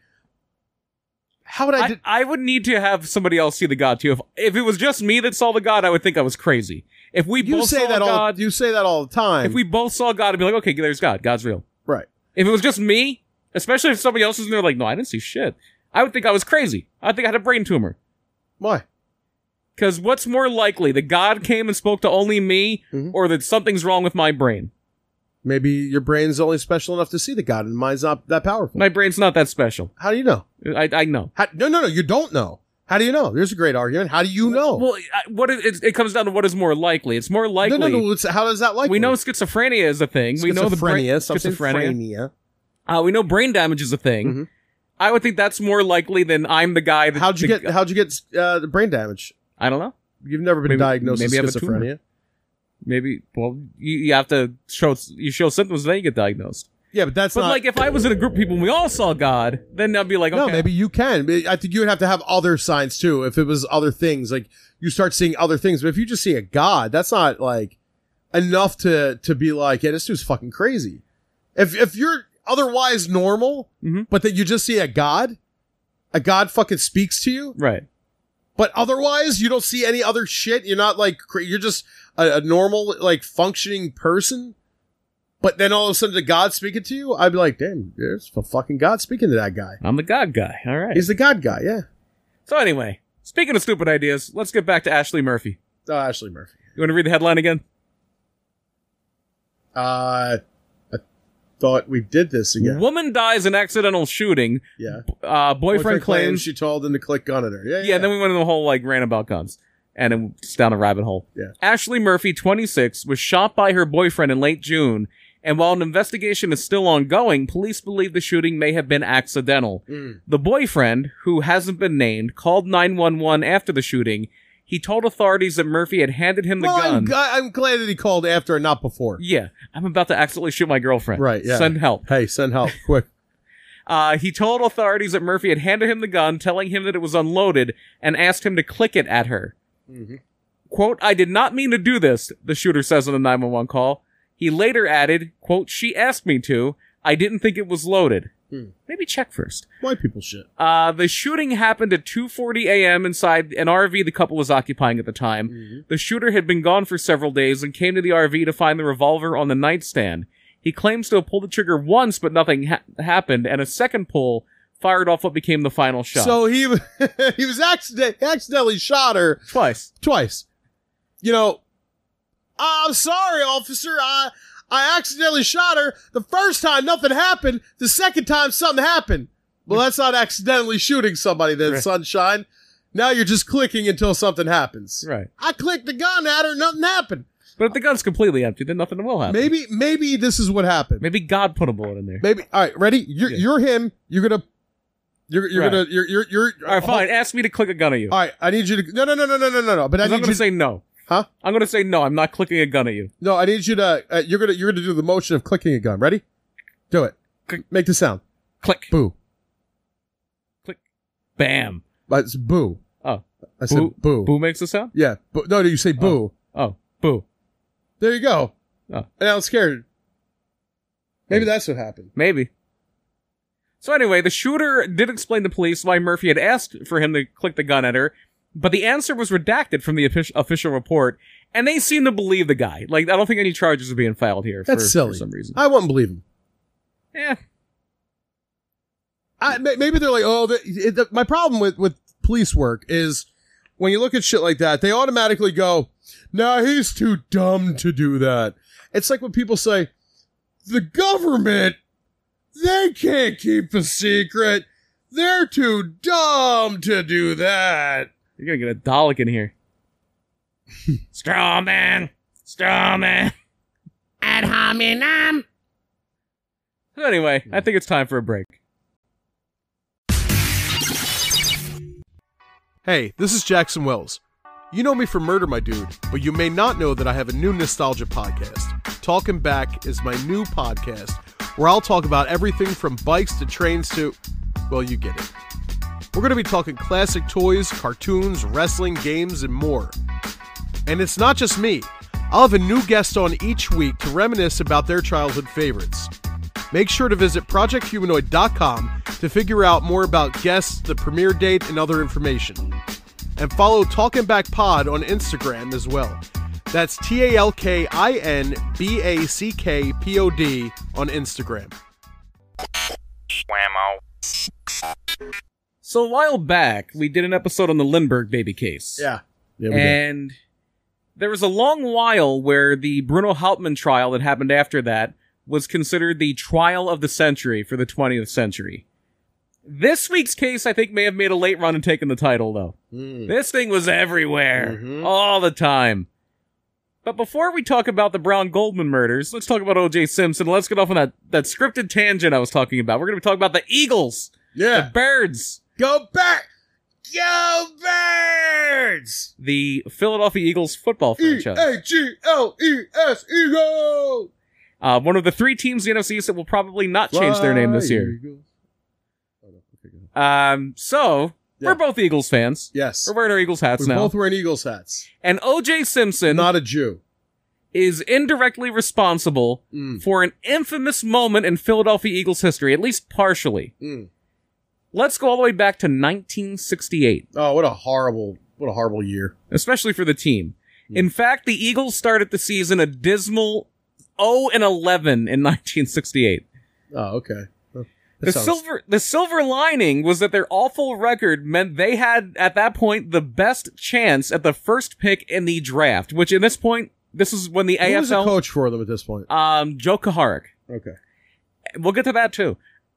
How would I, I, de- I would need to have somebody else see the God too. If if it was just me that saw the God, I would think I was crazy. If we you both say saw that all God, you say that all the time. if we both saw God, I'd be like, okay, there's God. God's real. Right. If it was just me, especially if somebody else was in there, like, no, I didn't see shit. I would think I was crazy. I think I had a brain tumor. Why? Because what's more likely, that God came and spoke to only me, Mhm. or that something's wrong with my brain? Maybe your brain's only special enough to see the God, and mine's not that powerful. My brain's not that special. How do you know? I, I know. How, no, no, no. You don't know. How do you know? There's a great argument. How do you know? Well, I- what it, it, it comes down to what is more likely. It's more likely. Oh. no, no, no. It's, how does that like? we know schizophrenia is a thing. We know the brain, something schizophrenia. Uh, we know brain damage is a thing. Mhm. I would think that's more likely than I'm the guy. That, How'd you the- get? How'd you get uh, the brain damage? I don't know. You've never been Maybe- diagnosed maybe I have with a tumor. schizophrenia. Maybe. Well, you, you have to show you show symptoms, then you get diagnosed. Yeah, but that's But not. like, if I was in a group of people and we all saw God, then I'd be like, okay, No, maybe you can. But I think you would have to have other signs too. If it was other things, like you start seeing other things. But if you just see a god, that's not like enough to to be like, yeah, this dude's fucking crazy. If if you're otherwise normal, Mhm. but that you just see a god, a god fucking speaks to you, right? but otherwise you don't see any other shit. You're not like cra- you're just a, a normal like functioning person. But then all of a sudden, the God speaking to you, I'd be like, "Damn, there's a fucking God speaking to that guy. I'm the God guy. All right. He's the God guy, yeah." so anyway, speaking of stupid ideas, let's get back to Ashley Murphy. Oh, Ashley Murphy. You want to read the headline again? Uh, I thought we did this again. Woman dies in accidental shooting. Yeah. Uh, boyfriend, claims. she told him to click gun at her. Yeah, yeah. yeah, and then we went into the whole like rant about guns, and it, it's down a rabbit hole. Yeah. Ashley Murphy, 26, was shot by her boyfriend in late June, and while an investigation is still ongoing, police believe the shooting may have been accidental. Mm. The boyfriend, who hasn't been named, called 911 after the shooting. He told authorities that Murphy had handed him the well, gun. I'm, gl- I'm glad that he called after and not before. yeah, I'm about to accidentally shoot my girlfriend. Right, yeah. Send help. Hey, send help quick. Uh, he told authorities that Murphy had handed him the gun, telling him that it was unloaded, and asked him to click it at her. Mhm. Quote, I did not mean to do this, the shooter says on the 911 call. He later added, quote, she asked me to. I didn't think it was loaded. Hmm. Maybe check first. White people shit. Uh, the shooting happened at 2.40 a.m. inside an RV the couple was occupying at the time. The shooter had been gone for several days and came to the RV to find the revolver on the nightstand. He claims to have pulled the trigger once, but nothing ha- happened, and a second pull fired off what became the final shot. So he he was accident accidentally shot her twice. twice. You know, I'm sorry, officer. I I accidentally shot her. The first time nothing happened. The second time something happened. Well, that's not accidentally shooting somebody then, Right. sunshine. Now you're just clicking until something happens. Right. I clicked the gun at her, nothing happened. But if the gun's completely empty, then nothing will happen. Maybe, Maybe maybe this is what happened. God put a bullet in there. Maybe all right, ready? You're Yeah. you're him. You're gonna you're you're Right. gonna you're you're you're All right, fine. Ask me to click a gun at you. All right, I need you to no no no no no no no no. But I 'Cause I'm need going you to say no. Huh? I'm going to say no. I'm not clicking a gun at you. no. I need you to uh, you're gonna you're gonna do the motion of clicking a gun. Ready? Do it. Click. Make the sound. Click. Boo. Bam. But it's boo. Oh. I said Boo- boo. Boo makes a sound? Yeah. Boo. No, no. You say boo. Oh, boo. There you go. Oh. And I was scared. Maybe Maybe. that's what happened. Maybe. So anyway, the shooter did explain to police why Murphy had asked for him to click the gun at her, but the answer was redacted from the offic- official report, and they seem to believe the guy. Like, I don't think any charges are being filed here. That's for, silly. For some reason. I wouldn't believe him. yeah. I, may- maybe they're like, oh, the, it, the, my problem with with police work is when you look at shit like that, they automatically go, "Nah, he's too dumb to do that." It's like when people say, "The government, they can't keep a secret. They're too dumb to do that." You're going to get a Dalek in here. straw man. Straw man. Ad hominem. So anyway, I think it's time for a break. Hey, this is Jackson Wells. You know me from Murder My Dude, but you may not know that I have a new nostalgia podcast. Talking Back is my new podcast where I'll talk about everything from bikes to trains to, well, you get it. We're going to be talking classic toys, cartoons, wrestling, games, and more. And it's not just me. I'll have a new guest on each week to reminisce about their childhood favorites. Make sure to visit projecthumanoid.com to figure out more about guests, the premiere date, and other information. And follow Talking Back Pod on Instagram as well. That's T A L K I N B A C K P O D on Instagram. Whammo. So a while back, we did an episode on the Lindbergh baby case. Yeah, and there was a long while where the Bruno Hauptmann trial that happened after that was considered the trial of the century for the 20th century. This week's case, I think, may have made a late run and taken the title, though. Mm. This thing was everywhere, Mhm. all the time. But before we talk about the Brown Goldman murders, let's talk about O.J. Simpson. Let's get off on that, that scripted tangent I was talking about. We're going to be talking about the Eagles, the Yeah. Birds, Go back. Go birds. the Philadelphia Eagles football E franchise. A G L E S Eagle. Uh, one of the three teams in the NFC East that will probably not change their name this year. Um, so Yeah. we're both Eagles fans. Yes. We're wearing our Eagles hats We're now. both wearing Eagles hats. and OJ Simpson Not a Jew. is indirectly responsible Mm. for an infamous moment in Philadelphia Eagles history, at least partially. Mm. Let's go all the way back to 1968, Oh, what a horrible, what a horrible year. especially for the team. Mm. In fact, the Eagles started the season a dismal 0 and 11 in 1968. Oh, okay. That The sounds- silver the silver lining was that their awful record meant they had at that point the best chance at the first pick in the draft, which in this point this is when the Who was the AFL coach for them at this point? um Joe Kaharic. Okay. We'll get to that too.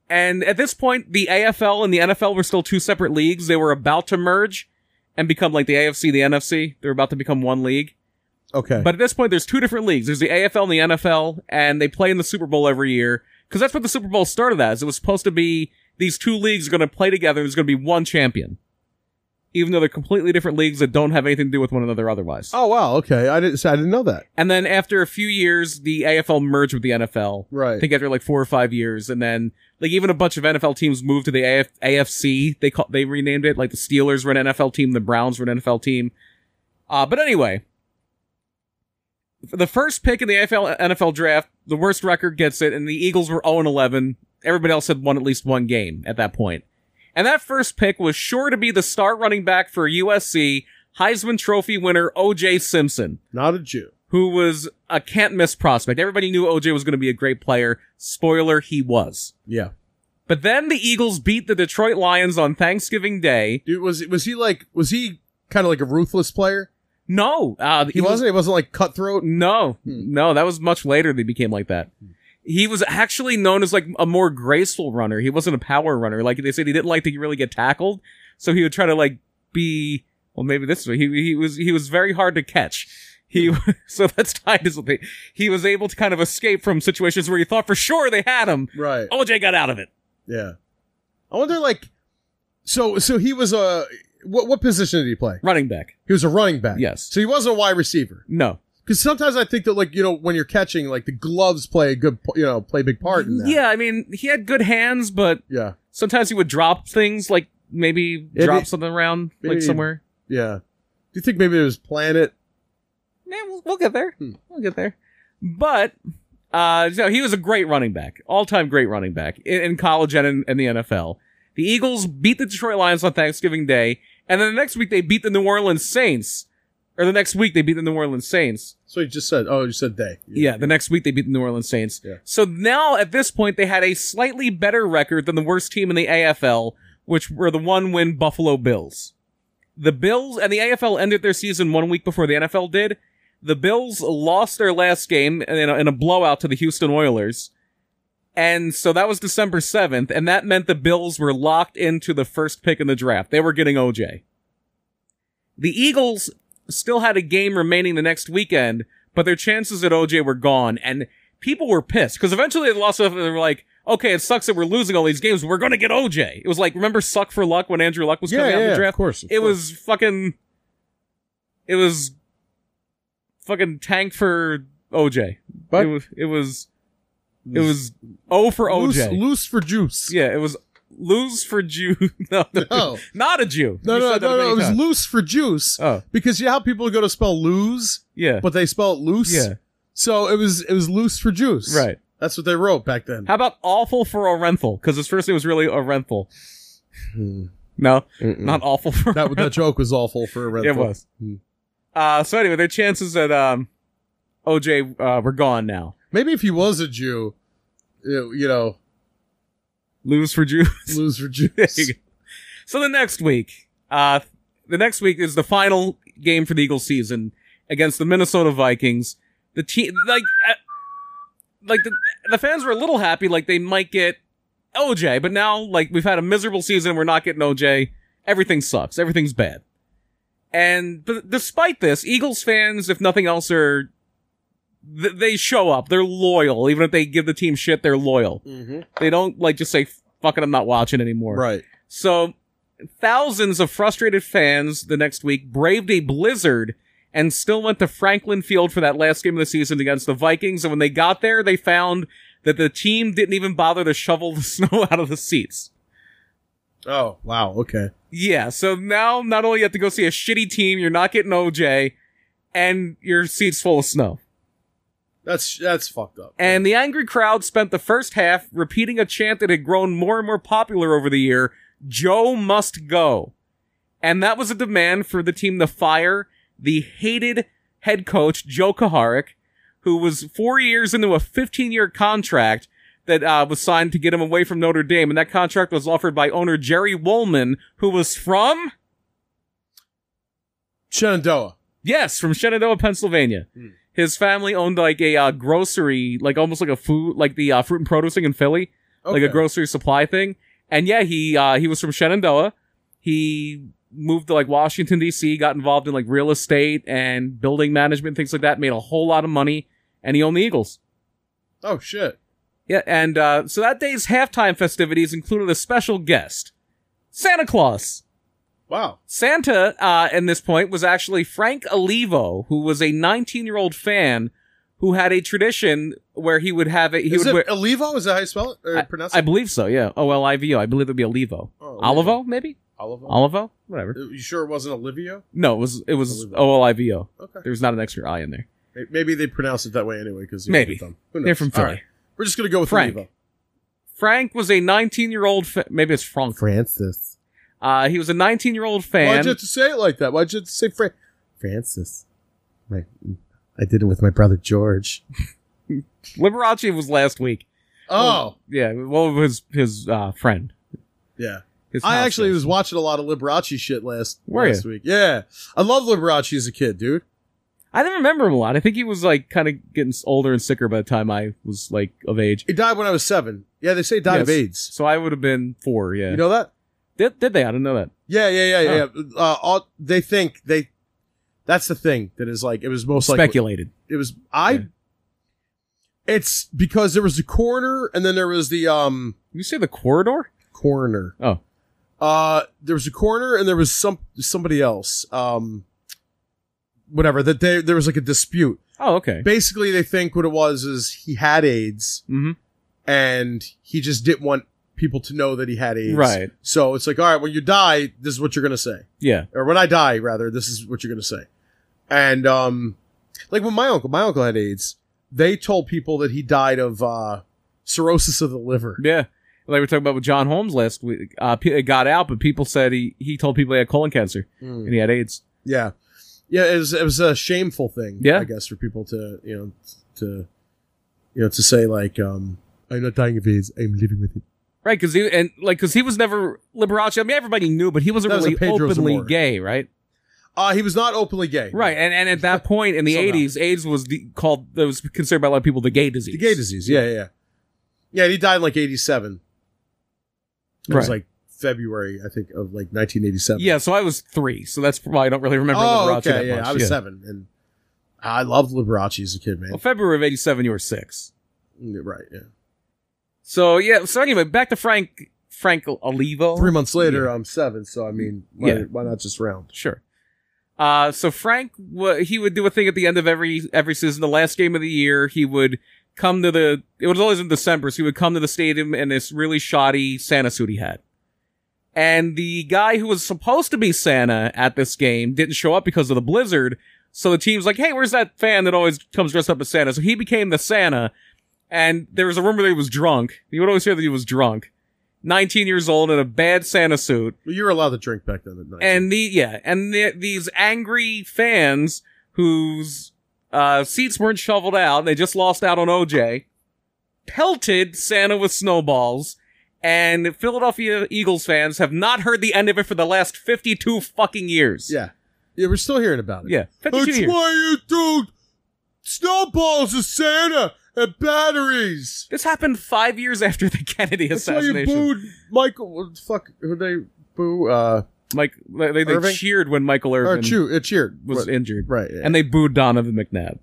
And at this point the AFL and the NFL were still two separate leagues. They were about to merge and become like the AFC, the NFC. They're about to become one league. Okay. But at this point, there's two different leagues. There's the AFL and the NFL, and they play in the Super Bowl every year because that's what the Super Bowl started as. It was supposed to be these two leagues are going to play together. and There's going to be one champion, even though they're completely different leagues that don't have anything to do with one another otherwise. oh wow. Okay. I didn't. I didn't know that. And then after a few years, the AFL merged with the NFL. I Right. think after like four or five years, and then like even a bunch of NFL teams moved to the AF- AFC. They call they renamed it like the Steelers were an NFL team, the Browns were an NFL team. Uh, but anyway, the first pick in the AFL NFL draft, the worst record gets it, and the Eagles were 0 11. Everybody else had won at least one game at that point. And that first pick was sure to be the star running back for USC Heisman Trophy winner OJ Simpson Not a Jew. who was a can't miss prospect. Everybody knew OJ was going to be a great player. Spoiler, he was. Yeah. But then the Eagles beat the Detroit Lions on Thanksgiving Day. Dude, was was he like? Was he kind of like a ruthless player? No, uh, the He Eagles- wasn't. He wasn't like cutthroat. No, Hmm. no, that was much later they became like that. he was actually known as like a more graceful runner. He wasn't a power runner. Like they said, he didn't like to really get tackled, so he would try to like be. Well, maybe this way. He he was he was very hard to catch. He Hmm. so that's tied to something. He was able to kind of escape from situations where he thought for sure they had him. Right. OJ got out of it. Yeah. I wonder, like, so so he was a what what position did he play? Running back. He was a running back. Yes. So he wasn't a wide receiver. No. Because sometimes I think that, like, you know, when you're catching, like, the gloves play a good, p- you know, play a big part in that. Mm, Yeah, I mean he had good hands, but Yeah. sometimes he would drop things like maybe Maybe- drop something around maybe- like somewhere. Yeah. Do you think maybe it was Planet? Man, we'll, we'll get there. Hmm. We'll get there. But uh, so he was a great running back, all-time great running back in, in college and in, in the NFL. The Eagles beat the Detroit Lions on Thanksgiving Day, and then the next week they beat the New Orleans Saints. Or the next week they beat the New Orleans Saints. So he just said, oh, you said they. Yeah, the next week they beat the New Orleans Saints. Yeah. So now at this point they had a slightly better record than the worst team in the AFL, which were the one win Buffalo Bills. The Bills and the AFL ended their season one week before the NFL did. The Bills lost their last game in a, in a blowout to the Houston Oilers. And so that was December 7th, and that meant the Bills were locked into the first pick in the draft. They were getting OJ. The Eagles still had a game remaining the next weekend, but their chances at OJ were gone, and people were pissed because eventually they lost it and they were like, "Okay, it sucks that we're losing all these games. We're gonna get OJ." It was like remember "Suck for Luck" when Andrew Luck was Yeah, coming out yeah, in the draft. of course. of it course. was fucking, it was fucking tank for OJ. But- it was it was it was O for OJ. Loose, loose for juice. Yeah, it was lose for Jew. no, no, No. not a Jew. No, You no, said that no, no. many It was times. loose for juice Oh, because you know how people go to spell lose, yeah, but they spell it loose. yeah, So it was it was loose for juice. right. That's what they wrote back then. How about awful for Orenthal? Because his first name was really Orenthal. No, not awful for Hmm. that that joke was awful for a red. It was. Hmm. Uh, so anyway, their chances at um, OJ uh, were gone now. Maybe if he was a Jew, you you know, Lose for Jew. lose for There you Jews. go. so the next week, uh, the next week is the final game for the Eagles season against the Minnesota Vikings. The team, like, uh, like the the fans were a little happy, like they might get OJ, but now like we've had a miserable season, we're not getting OJ. Everything sucks. Everything's bad. And but despite this, Eagles fans, if nothing else, are th- they show up. They're loyal, even if they give the team shit. They're loyal. Mm-hmm. They don't like just say "fucking," I'm not watching anymore. Right. So thousands of frustrated fans the next week braved a blizzard and still went to Franklin Field for that last game of the season against the Vikings. And when they got there, they found that the team didn't even bother to shovel the snow out of the seats. Oh wow. Okay. Yeah, so now not only you have to go see a shitty team, you're not getting OJ, and your seat's full of snow. That's that's fucked up. And the angry crowd spent the first half repeating a chant that had grown more and more popular over the year Joe must go. And that was a demand for the team to fire the hated head coach, Joe Kaharic, who was four years into a 15 year contract that uh, was signed to get him away from Notre Dame. And that contract was offered by owner Jerry Woolman, who was from, Shenandoah. yes, from Shenandoah, Pennsylvania. Hmm. His family owned like a uh, grocery, like almost like a food, like the uh, fruit and produce thing in Philly. like a grocery supply thing. And yeah, he uh, he was from Shenandoah. He moved to like Washington D.C., got involved in like real estate and building management things like that. Made a whole lot of money, and he owned the Eagles. Oh shit. Yeah, and uh, so that day's halftime festivities included a special guest, Santa Claus. Wow. Santa, uh, at this point, was actually Frank Olivo, who was a 19 year old fan who had a tradition where he would have a he is would it wear, Olivo? Is that how you spell it? Or pronounce I it? believe so, yeah. O L I V O. I believe it would be Olivo. Oh, Olivo, maybe? Olivo. Uh, Olivo? Whatever. You sure it wasn't Olivio? No, it was it was Olivo. O L I V O. Okay. There was not an extra I in there. May- Maybe they pronounce it that way anyway. Because Maybe. Who knows? They're from All Philly. right. We're just gonna go with Frank. Olivo. Frank was a 19 year old. Fa- maybe it's Frank. Francis. Uh, he was a 19 year old fan. Why'd you have to say it like that? Why'd you have to say Frank? Francis. My, I did it with my brother George. Liberace was last week. Oh, Yeah, well, his his uh, friend. yeah. His I house actually guest. was watching a lot of Liberace shit last Were last you? week. Yeah, I love Liberace as a kid, dude. I didn't remember him a lot. I think he was like kind of getting s- older and sicker by the time I was like of age. He died when I was seven. Yeah, they say he died of Yes. AIDS. So I would have been four. Yeah. You know that? did, did they? I didn't know that. Yeah, yeah, yeah, yeah. Uh, all, they think they. That's the thing that is like it was most like Speculated. it was I. Yeah. It's because there was the coroner and then there was the um you say the corridor? coroner. Oh. Uh, there was a coroner and there was some somebody else. Um, whatever that they there was like a dispute. Oh, okay. Basically, they think what it was is he had AIDS Mm-hmm. and he just didn't want people to know that he had AIDS. Right. So it's like, all right, when you die, this is what you're gonna say, Yeah. or when I die, rather, this is what you're gonna say. And um, like when my uncle, my uncle had AIDS, they told people that he died of uh cirrhosis of the liver. Yeah. Like we were talking about with John Holmes last week. Uh, pe- it got out, but people said he, he told people he had colon cancer Mm. and he had AIDS. Yeah, yeah. It was it was a shameful thing. Yeah. I guess for people to you know to you know to say like um I'm not dying of AIDS. I'm living with it. Right, because he and like because he was never Liberace. I mean, everybody knew, but he wasn't That was a really Pedro openly Zamora. gay, right? Uh he was not openly gay. Right, and and at that point in the Somehow. eighties, AIDS was the, called that was considered by a lot of people the gay disease. The gay disease. Yeah, yeah, yeah. Yeah, and he died in like '87. It was Right. like February, I think, of like 1987. Yeah, so I was three, so that's why I don't really remember Oh, Liberace okay. that Yeah, much. I was seven, and I loved Liberace as a kid, man. Well, February of eighty seven, you were six. Yeah, Right. Yeah. So yeah, so anyway, back to Frank Frank Olivo. Three months later, Oh, Yeah. I'm seven. So I mean, why, Yeah. why not just round? Sure. Uh, so Frank, wa he would do a thing at the end of every every season, the last game of the year. He would come to the. It was always in December, so he would come to the stadium in this really shoddy Santa suit he had. And the guy who was supposed to be Santa at this game didn't show up because of the blizzard. So the team's like, "Hey, where's that fan that always comes dressed up as Santa?" So he became the Santa. And there was a rumor that he was drunk. You would always hear that he was drunk, nineteen years old in a bad Santa suit. Well, you were allowed to drink back then at night. And the yeah, and the, these angry fans whose uh, seats weren't shoveled out, they just lost out on OJ, pelted Santa with snowballs, and Philadelphia Eagles fans have not heard the end of it for the last fifty-two fucking years. yeah, yeah, we're still hearing about it. yeah, fifty-two That's years. why you do snowballs of Santa and batteries. This happened five years after the Kennedy That's why you assassination. booed Michael. what the Fuck, who they boo? Uh, Like they, they- they Irving? cheered when Michael or Irvin cheer, uh, cheered. was right, injured. right, yeah. Hmm. and they booed Donovan McNabb.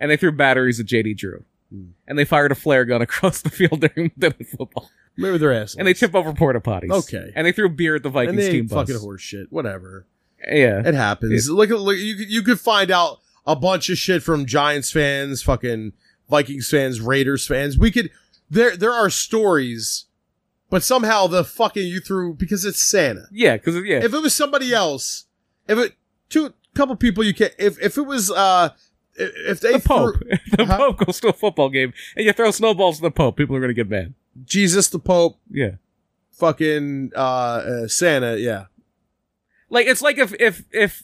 And they threw batteries at JD Drew. Mm. And they fired a flare gun across the field during the football. maybe they're assholes. And they tip over porta potties. Okay. And they threw beer at the and Vikings they team ate bus. fucking horse shit. Whatever, Yeah. it happens. Look, at- look, you could- you could find out a bunch of shit from Giants fans, fucking Vikings fans, Raiders fans. We could there there are stories, but somehow the fucking you threw because it's Santa. Yeah, because yeah. If it was somebody else, if it two couple people you can if if it was uh if if they the Pope. threw, the Huh? Pope goes to a football game and you throw snowballs at the Pope, people are gonna get mad. Jesus the Pope Yeah. fucking uh, uh Santa, yeah. Like it's like if if if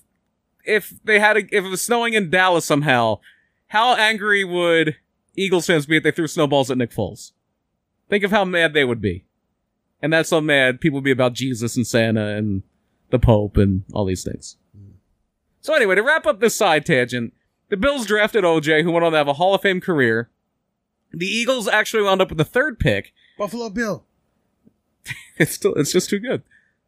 if they had a, if it was snowing in Dallas somehow, how angry would Eagles fans be if they threw snowballs at Nick Foles? Think of how mad they would be, and that's how mad people would be about Jesus and Santa and the Pope and all these things. Hmm. So anyway, to wrap up this side tangent, the Bills drafted OJ, who went on to have a Hall of Fame career. The Eagles actually wound up with the third pick. Buffalo Bill. It's still it's just too good.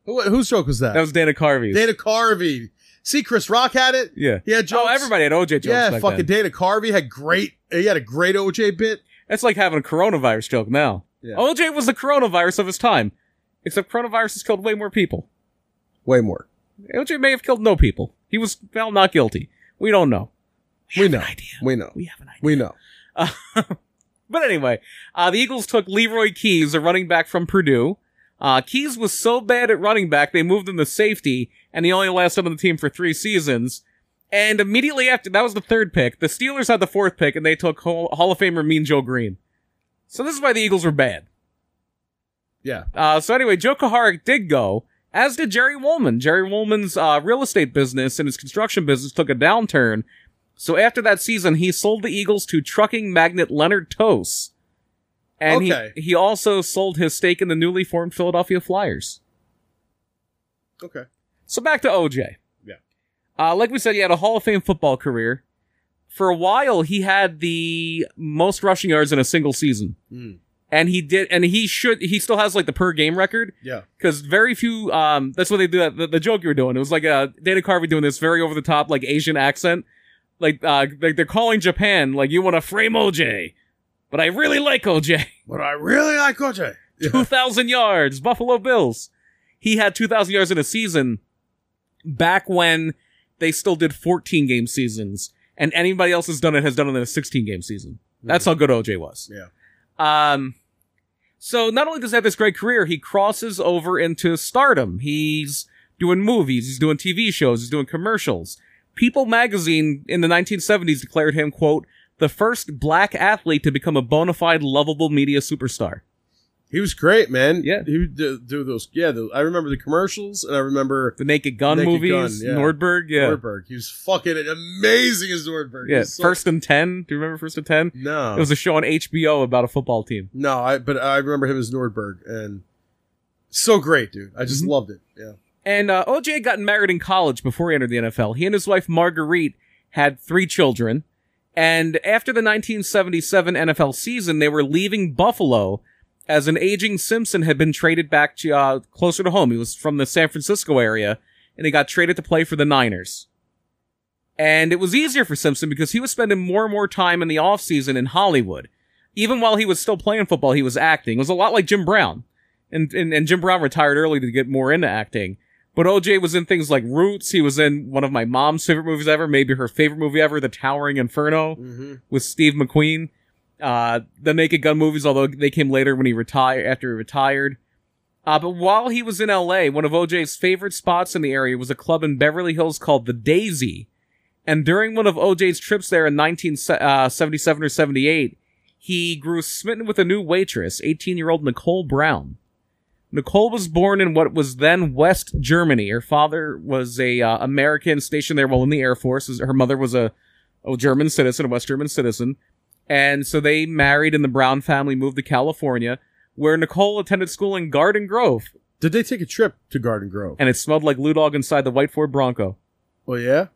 Who, whose joke was that? That was Dana Carvey's. Dana Carvey. See, Chris Rock had it. yeah. He had jokes. Oh, everybody had OJ jokes. back Yeah, then. fucking Dana Carvey had great. He had a great OJ bit. That's like having a coronavirus joke now. Yeah. OJ was the coronavirus of his time, except coronavirus has killed way more people. Way more. OJ may have killed no people. He was found not guilty. We don't know. We know. An idea. We know. We have an idea. We know. But anyway, uh, the Eagles took Leroy Keys, a running back from Purdue. Uh, Keys was so bad at running back, they moved him to safety, and he only lasted on the team for three seasons. And immediately after, that was the third pick. The Steelers had the fourth pick, and they took Hall, Hall of Famer Mean Joe Green. So this is why the Eagles were bad. Yeah. Uh, so anyway, Joe Kaharic did go, as did Jerry Woolman. Jerry Woolman's uh, real estate business and his construction business took a downturn. So after that season, he sold the Eagles to trucking magnate Leonard Tose. And Okay. he, he also sold his stake in the newly formed Philadelphia Flyers. Okay. So back to OJ. Yeah. Uh, like we said, he had a Hall of Fame football career. For a while, he had the most rushing yards in a single season, Mm. and he did, and he should, he still has like the per game record Yeah. because very few. Um, that's what they do. That the, the joke you were doing, it was like uh, Dana Carvey doing this very over the top like Asian accent, like uh, like they're calling Japan like you want to frame OJ, but I really like OJ. But I really like OJ. two thousand yards, Buffalo Bills. He had two thousand yards in a season back when they still did fourteen game seasons, and anybody else has done it has done it in a sixteen game season. That's how good OJ was. Yeah. Um. So not only does he have this great career, he crosses over into stardom. He's doing movies, he's doing TV shows, he's doing commercials. People magazine in the 1970s declared him, quote, the first black athlete to become a bona fide lovable media superstar. He was great, man. Yeah. He would do, do those. Yeah. The, I remember the commercials and I remember the Naked Gun Naked movies, Gun, yeah. Nordberg, yeah, Nordberg. He was fucking amazing as Nordberg. He yeah. was so- First and Ten. Do you remember First and Ten? No. It was a show on HBO about a football team. no, I, but I remember him as Nordberg and so great, dude. I just Mhm. loved it. Yeah. And uh, OJ had gotten married in college before he entered the NFL. He and his wife Marguerite had three children. And after the 1977 NFL season, they were leaving Buffalo as an aging Simpson had been traded back to uh, closer to home. He was from the San Francisco area, and he got traded to play for the Niners. And it was easier for Simpson because he was spending more and more time in the offseason in Hollywood. Even while he was still playing football, he was acting. It was a lot like Jim Brown. And, and, and Jim Brown retired early to get more into acting. But OJ was in things like Roots. He was in one of my mom's favorite movies ever, maybe her favorite movie ever, The Towering Inferno Mm-hmm. with Steve McQueen. Uh, the Naked Gun movies, although they came later when he retired, after he retired. Uh, but while he was in LA, one of OJ's favorite spots in the area was a club in Beverly Hills called The Daisy. And during one of OJ's trips there in 1977 or 78, he grew smitten with a new waitress, 18 year old Nicole Brown. Nicole was born in what was then West Germany. Her father was a uh, American stationed there while in the Air Force. His- Her mother was a a German citizen, a West German citizen. And so they married and the Brown family moved to California, where Nicole attended school in Garden Grove, Did they take a trip to Garden Grove? and it smelled like Lou Dog inside the White Ford Bronco. Oh, yeah.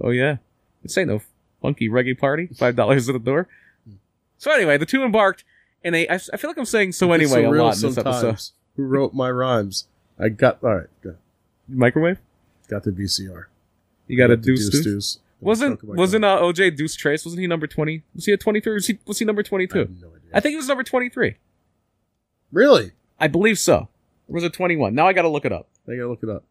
Oh yeah. This ain't no funky reggae party. Five dollars at the door. So anyway, the two embarked and a I I feel like I'm saying so It's anyway a surreal lot in this episode. sometimes. Who wrote my rhymes? I got, all right. Got, Microwave? got the VCR. You got a The deuce deuce. deuce. Wasn't Talk about wasn't that. uh, OJ Deuce Trace? Wasn't he number twenty? Was he a twenty three? Was he was he number twenty I two? have no idea. I think he was number twenty three. really? I believe so. Or was it 21? Now I gotta look it up. I gotta look it up.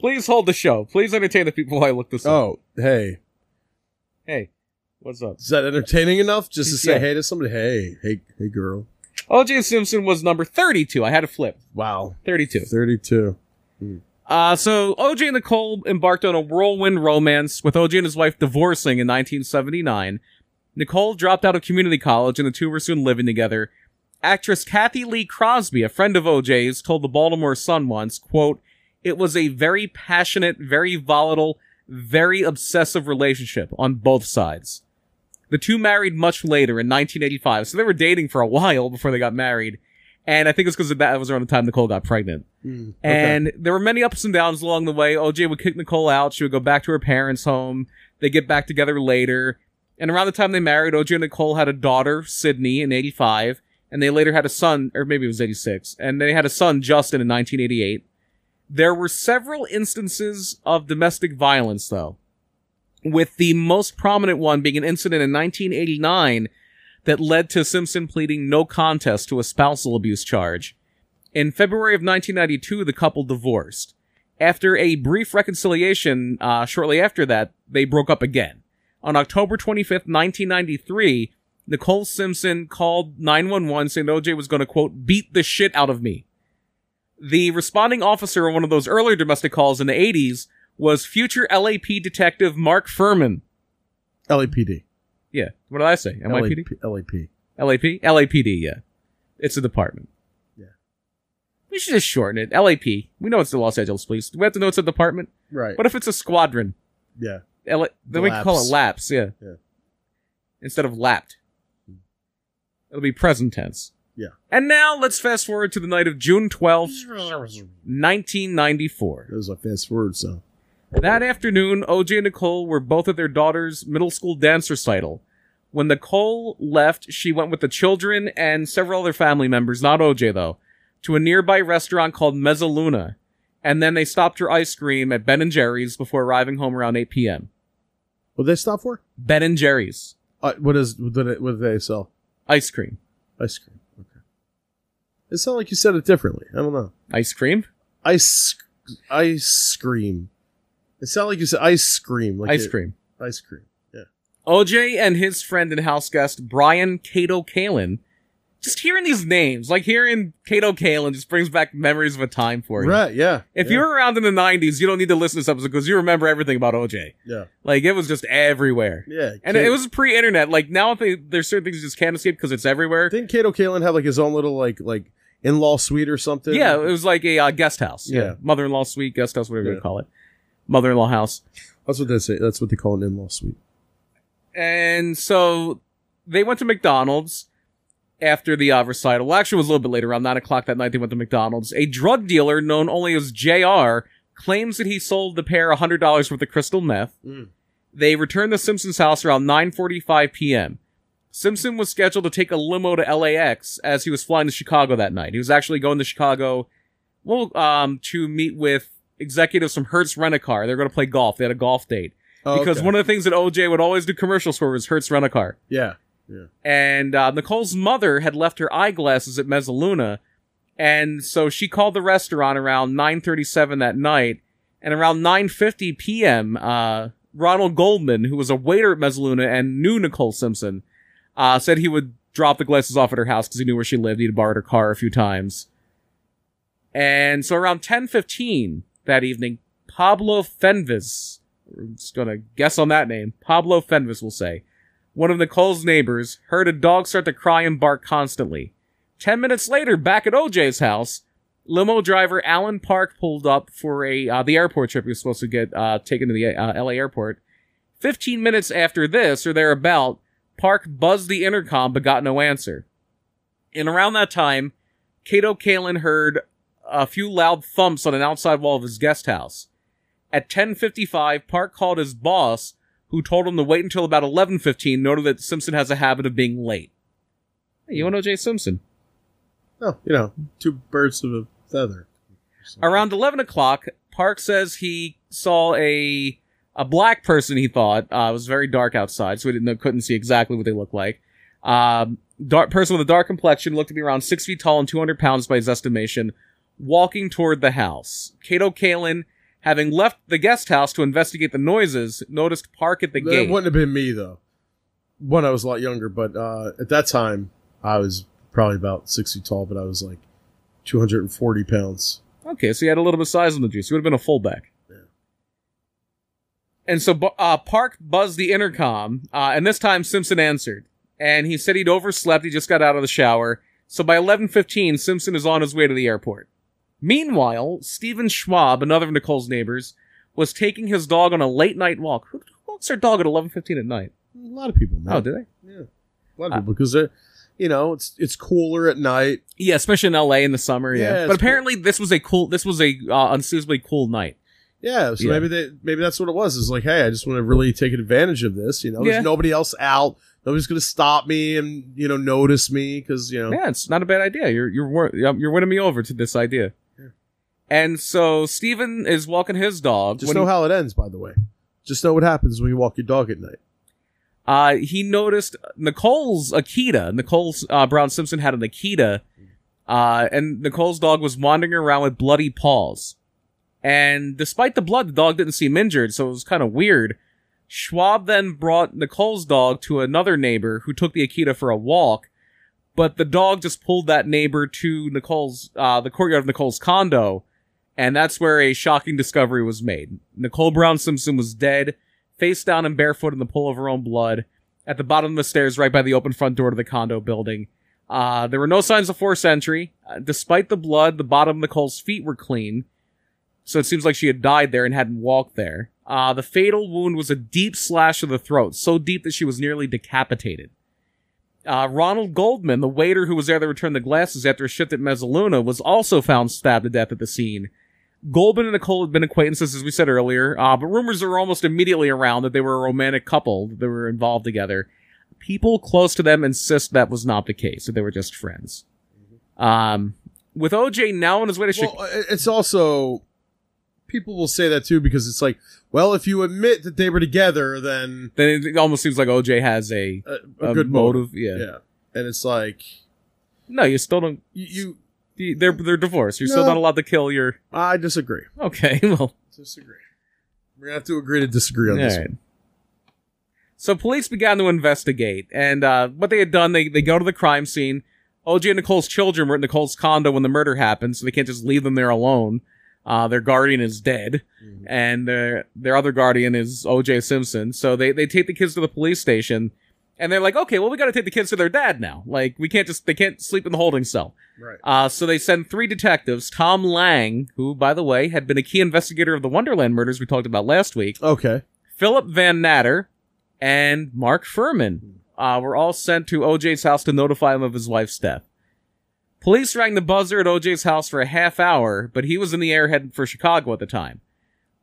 Please hold the show. Please entertain the people while I look this up. Oh, hey. Hey, what's up? Is that entertaining enough just to say Yeah. hey to somebody? Hey, hey, hey, girl. OJ Simpson was number 32. I had it flipped. Wow. 32. 32. Uh, so OJ and Nicole embarked on a whirlwind romance with OJ and his wife divorcing in 1979. Nicole dropped out of community college and the two were soon living together. Actress Kathy Lee Crosby, a friend of OJ's, told the Baltimore Sun once, quote, it was a very passionate, very volatile, very obsessive relationship on both sides. The two married much later in 1985, so they were dating for a while before they got married. And I think it's because that was around the time Nicole got pregnant. Mm, okay. And there were many ups and downs along the way. OJ would kick Nicole out. She would go back to her parents' home. They get back together later. And around the time they married, OJ and Nicole had a daughter, Sydney, in 85. And they later had a son, or maybe it was 86. And they had a son, Justin, in 1988. There were several instances of domestic violence, though, with the most prominent one being an incident in 1989 that led to Simpson pleading no contest to a spousal abuse charge. In February of 1992, the couple divorced. After a brief reconciliation, uh, shortly after that, they broke up again. On October 25th, 1993, Nicole Simpson called 911 saying that OJ was going to, quote, beat the shit out of me. The responding officer on one of those earlier domestic calls in the 80s was future LAP detective Mark Furman. LAPD. Yeah, what did I say? NYPD? LAP. LAP? LAPD, yeah. It's a department. Yeah. We should just shorten it. LAP. We know it's the Los Angeles Police. Do we have to know it's a department? Right. What if it's a squadron? yeah. L- then we can call it laps, yeah. Yeah. Hmm. Instead of lapped. It'll be present tense. Yeah. And now let's fast forward to the night of June 12th, 1994. That was a fast word, so. That afternoon, OJ and Nicole were both at their daughter's middle school dance recital. When Nicole left, she went with the children and several other family members, not OJ though, to a nearby restaurant called Mezzaluna. And then they stopped her ice cream at Ben and Jerry's before arriving home around 8 p.m. What did they stop for? Ben and Jerry's Uh, what is what did, it, what did they sell? ice cream. Ice cream. Okay. It sounded like you said it differently. I don't know. Ice cream? Ice ice cream. It sounded like you said ice cream. Like ice it- cream. Ice cream. Yeah. OJ and his friend and house guest Brian Cato Kalin. Just hearing these names, like hearing Cato Kalin, just brings back memories of a time for you. Right. Yeah. If yeah, you were around in the '90s, you don't need to listen to this episode because you remember everything about OJ. yeah Like it was just everywhere, yeah and it was pre-internet. Like now, they, there's certain things you just can't escape because it's everywhere. Didn't Kato Kalin have like his own little like like in law suite or something? Yeah, it was like a uh, guest house. Yeah. mother-in-law suite, guest house, whatever Yeah. you call it, mother-in-law house. that's what they say. That's what they call an in law suite. And so they went to McDonald's after the uh, recital. Well, actually, it was a little bit later, around 9 o'clock that night, they went to McDonald's. A drug dealer known only as JR claims that he sold the pair $100 worth of crystal meth. Mm. They returned to Simpson's house around 9.45 p.m. Simpson was scheduled to take a limo to LAX as he was flying to Chicago that night. He was actually going to Chicago well, um, to meet with executives from Hertz Rent-A-Car. They were going to play golf. They had a golf date Oh, because okay. one of the things that OJ would always do commercials for was Hertz Rent a Car. yeah And uh, Nicole's mother had left her eyeglasses at Mezzaluna, and so she called the restaurant around 9:37 that night. And around 9:50 p.m., uh, Ronald Goldman, who was a waiter at Mezzaluna and knew Nicole Simpson, uh, said he would drop the glasses off at her house because he knew where she lived. He'd borrowed her car a few times. And so around 10:15 that evening, Pablo Fenves, we're just gonna guess on that name. Pablo Fenves will say, one of Nicole's neighbors heard a dog start to cry and bark constantly. Ten minutes later, back at OJ's house, limo driver Alan Park pulled up for a uh, the airport trip he was supposed to get uh, taken to the uh, LA airport. Fifteen minutes after this or thereabout, Park buzzed the intercom but got no answer. And around that time, Cato Kalin heard a few loud thumps on an outside wall of his guest house. At 10:55, Park called his boss, who told him to wait until about 11:15. Noted that Simpson has a habit of being late. Hey, you and O.J. Simpson. oh you know two birds of a feather. Around 11 o'clock, Park says he saw a a black person. He thought uh, it was very dark outside, so he didn't couldn't see exactly what they looked like. Um, dark person with a dark complexion looked to be around six feet tall and 200 pounds by his estimation, walking toward the house. Cato Kalin, having left the guest house to investigate the noises, noticed Park at the That gate. wouldn't have been me though. One, I was a lot younger, but uh, at that time I was probably about six feet tall, but I was like two hundred and forty pounds. Okay, so he had a little bit of size on the juice. He would have been a fullback. And so Bu- uh, Park buzzed the intercom, uh, and this time Simpson answered, and he said he'd overslept. He just got out of the shower, so by eleven fifteen, Simpson is on his way to the airport. Meanwhile, Stephen Schwab, another of Nicole's neighbors, was taking his dog on a late night walk. Who walks their dog at eleven fifteen at night? A lot of people. Man. Oh, do they? a lot of people because they're you know it's it's cooler at night. Yeah, especially in L.A. in the summer. Yeah, Yeah, it's but apparently this was a cool. This was a uh, unseasonably cool night. Yeah, so Yeah. maybe they maybe that's what it was. It's like, hey, I just want to really take advantage of this. You know, Yeah. there's nobody else out. Nobody's going to stop me and you know notice me because you know Yeah, it's not a bad idea. You're you're wor- um, you're winning me over to this idea. Yeah. And so Steven is walking his dog. just when know he, how it ends. By the way, just know what happens when you walk your dog at night. uh, he noticed Nicole's Akita. Nicole's uh, Brown Simpson had an Akita, uh, and Nicole's dog was wandering around with bloody paws. And despite the blood, the dog didn't seem injured, so it was kind of weird. Schwab then brought Nicole's dog to another neighbor who took the Akita for a walk, but the dog just pulled that neighbor to Nicole's, uh, the courtyard of Nicole's condo, and that's where a shocking discovery was made. Nicole Brown Simpson was dead, face down and barefoot in the pool of her own blood, at the bottom of the stairs right by the open front door to the condo building. Uh, there were no signs of forced entry. Uh, despite the blood, the bottom of Nicole's feet were clean, so it seems like she had died there and hadn't walked there. Uh, the fatal wound was a deep slash of the throat, so deep that she was nearly decapitated. Uh, Ronald Goldman, the waiter who was there to return the glasses after a shift at Mezzaluna, was also found stabbed to death at the scene. Goldman and Nicole had been acquaintances, as we said earlier, uh, but rumors are almost immediately around that they were a romantic couple, that they were involved together. People close to them insist that was not the case, that they were just friends. Um, with OJ now on his way to Chicago. Well, i- it's also people will say that too because it's like, well, if you admit that they were together, then then it almost seems like OJ has a, a, a a good motive. Yeah. Yeah, and it's like No, you still don't. you. you you- They're they're divorced. You're still No. not allowed to kill your. I disagree. Okay, well, Disagree. We're gonna have to agree to disagree on all this. right. So police began to investigate, and uh, what they had done, they they go to the crime scene. OJ and Nicole's children were at Nicole's condo when the murder happened, so they can't just leave them there alone. Uh, their guardian is dead, Mhm. and their their other guardian is OJ Simpson. So they they take the kids to the police station, and they're like, okay, well, we got to take the kids to their dad now. Like we can't just they can't sleep in the holding cell. Right. Uh, so they send three detectives, Tom Lang, who, by the way, had been a key investigator of the Wonderland murders we talked about last week, Okay. Philip Van Natter, and Mark Furman. Uh, were all sent to OJ's house to notify him of his wife's death. Police rang the buzzer at OJ's house for a half hour, but he was in the air headed for Chicago at the time.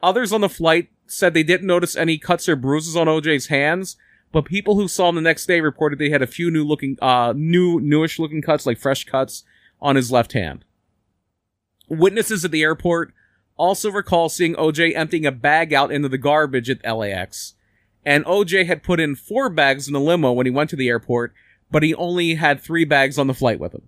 Others on the flight said they didn't notice any cuts or bruises on OJ's hands, but people who saw him the next day reported they had a few new looking, uh, new, newish looking cuts, like fresh cuts, on his left hand. Witnesses at the airport also recall seeing OJ emptying a bag out into the garbage at LAX. And OJ had put in four bags in the limo when he went to the airport, but he only had three bags on the flight with him.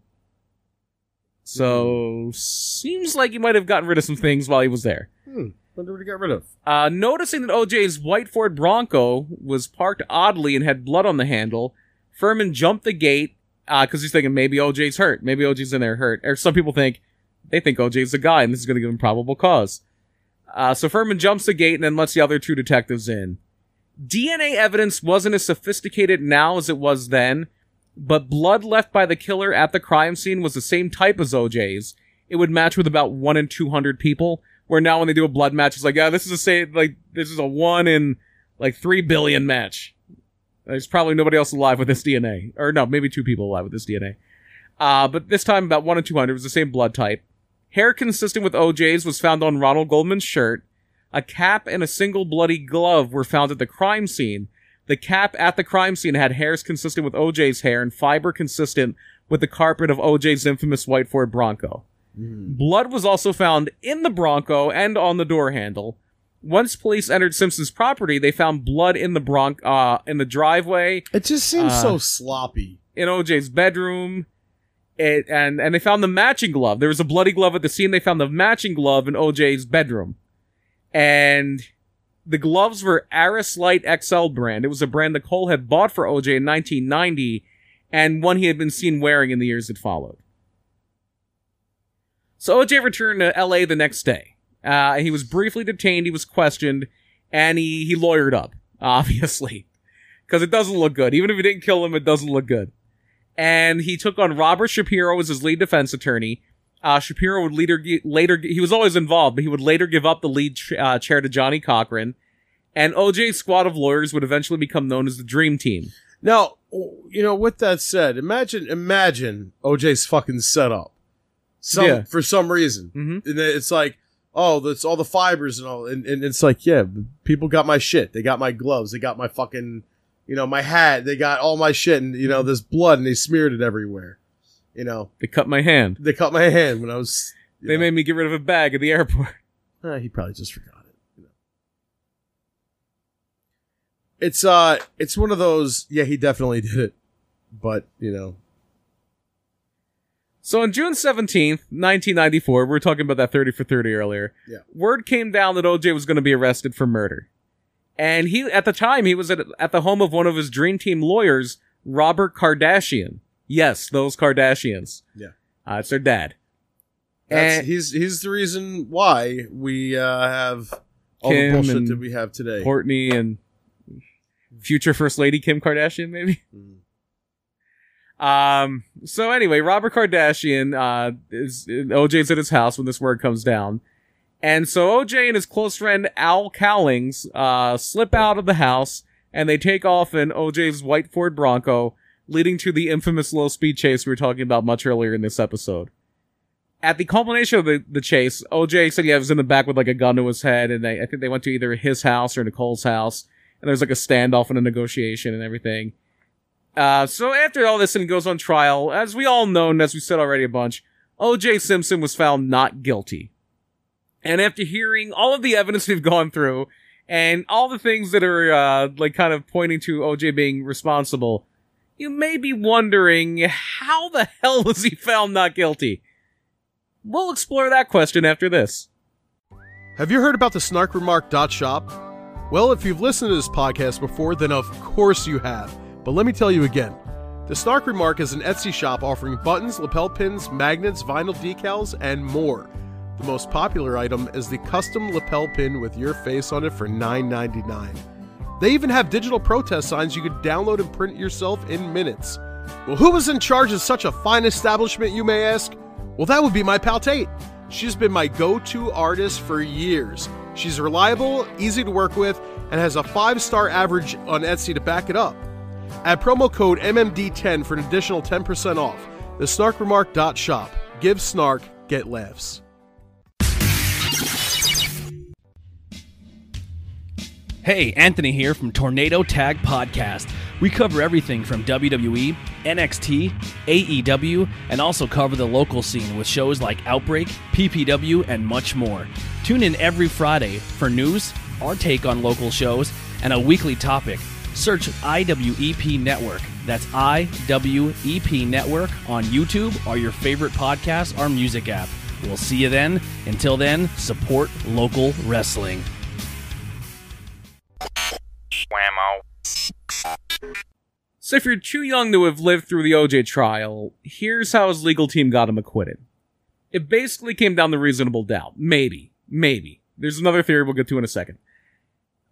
So, seems like he might have gotten rid of some things while he was there. Hmm. Wonder what he got rid of. Uh, noticing that OJ's white Ford Bronco was parked oddly and had blood on the handle, Furman jumped the gate because he's thinking maybe OJ's hurt. Maybe OJ's in there hurt. Or some people think they think OJ's a guy and this is going to give him probable cause. Uh, so Furman jumps the gate and then lets the other two detectives in. DNA evidence wasn't as sophisticated now as it was then, but blood left by the killer at the crime scene was the same type as OJ's. It would match with about one in two hundred people. Where now when they do a blood match, it's like, yeah, this is a say like this is a one in like three billion match. There's probably nobody else alive with this DNA, or no, maybe two people alive with this DNA. Uh, but this time about one in two hundred was the same blood type. Hair consistent with OJ's was found on Ronald Goldman's shirt. A cap and a single bloody glove were found at the crime scene. The cap at the crime scene had hairs consistent with OJ's hair and fiber consistent with the carpet of OJ's infamous white Ford Bronco. Mm-hmm. Blood was also found in the Bronco and on the door handle. Once police entered Simpson's property, they found blood in the Bron- uh, in the driveway, It just seems Uh, so sloppy. in OJ's bedroom. It, and and they found the matching glove. There was a bloody glove at the scene. They found the matching glove in OJ's bedroom, and the gloves were Aris Light XL brand. It was a brand that Cole had bought for OJ in 1990, and one he had been seen wearing in the years that followed. So OJ returned to LA the next day. Uh, he was briefly detained. He was questioned, and he he lawyered up, obviously, because it doesn't look good. Even if he didn't kill him, it doesn't look good. And he took on Robert Shapiro as his lead defense attorney. Uh, Shapiro would later gi- later gi- he was always involved, but he would later give up the lead ch- uh, chair to Johnny Cochran. And OJ's squad of lawyers would eventually become known as the Dream Team. Now, w- you know, with that said, imagine imagine OJ's fucking setup. Some Yeah. for some reason. Mm-hmm. And then it's like, oh, that's all the fibers and all and, and it's like, yeah, people got my shit. They got my gloves, they got my fucking you know, my hat, they got all my shit and you know, this blood and they smeared it everywhere. You know. They cut my hand. They cut my hand when I was you They know. made me get rid of a bag at the airport. Uh, he probably just forgot it. you know. It's uh, it's one of those. Yeah, he definitely did it, but you know, So on June 17th, 1994, we were talking about that 30 for 30 earlier. Yeah. Word came down that OJ was going to be arrested for murder. And he, at the time, he was at, at the home of one of his dream team lawyers, Robert Kardashian. Yes, those Kardashians. Yeah. Uh, it's their dad. that's, And- he's he's the reason why we uh, have all Kim the bullshit and that we have today. Courtney and future first lady Kim Kardashian, maybe? Mm. Um. So anyway, Robert Kardashian uh, is OJ's at his house when this word comes down, and so OJ and his close friend Al Cowlings uh, slip out of the house and they take off in OJ's white Ford Bronco, leading to the infamous low speed chase we were talking about much earlier in this episode. At the culmination of the, the chase, OJ said he was in the back with like a gun to his head, and they, I think they went to either his house or Nicole's house, and there's like a standoff and a negotiation and everything. Uh, so after all this and he goes on trial, as we all know, and as we said already a bunch, OJ Simpson was found not guilty. And after hearing all of the evidence we've gone through and all the things that are, uh, like kind of pointing to OJ being responsible, you may be wondering how the hell was he found not guilty? We'll explore that question after this. Have you heard about the snarkremark.shop? Well, if you've listened to this podcast before, then of course you have. But let me tell you again. The Snark Remark is an Etsy shop offering buttons, lapel pins, magnets, vinyl decals, and more. The most popular item is the custom lapel pin with your face on it for $9.99. They even have digital protest signs you could download and print yourself in minutes. Well, who was in charge of such a fine establishment, you may ask? Well, that would be my pal Tate. She's been my go to artist for years. She's reliable, easy to work with, and has a five star average on Etsy to back it up. Add promo code MMD10 for an additional 10% off. The snarkremark.shop. Give snark, get laughs. Hey, Anthony here from Tornado Tag Podcast. We cover everything from E, WWE, NXT, AEW, E and also cover the local scene with shows like Outbreak, PPW, and much more. Tune in every Friday for news, our take on local shows, and a weekly topic. Search IWEP Network. That's IWEP Network on YouTube or your favorite podcast or music app. We'll see you then. Until then, support local wrestling. Whammo. So if you're too young to have lived through the OJ trial, here's how his legal team got him acquitted. It basically came down to reasonable doubt. Maybe. Maybe. There's another theory we'll get to in a second.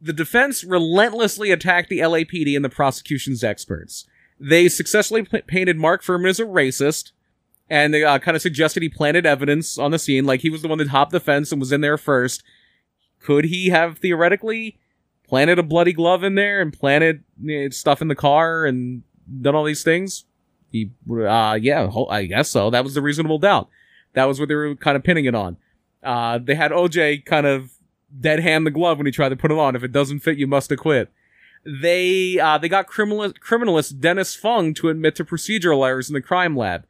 The defense relentlessly attacked the LAPD and the prosecution's experts. They successfully p- painted Mark Furman as a racist, and they uh, kind of suggested he planted evidence on the scene, like he was the one that hopped the fence and was in there first. Could he have theoretically planted a bloody glove in there and planted eh, stuff in the car and done all these things? He, uh, yeah, ho- I guess so. That was the reasonable doubt. That was what they were kind of pinning it on. Uh, they had OJ kind of dead hand the glove when he tried to put it on. If it doesn't fit, you must acquit. They, uh, they got criminalist, criminalist Dennis Fung to admit to procedural errors in the crime lab.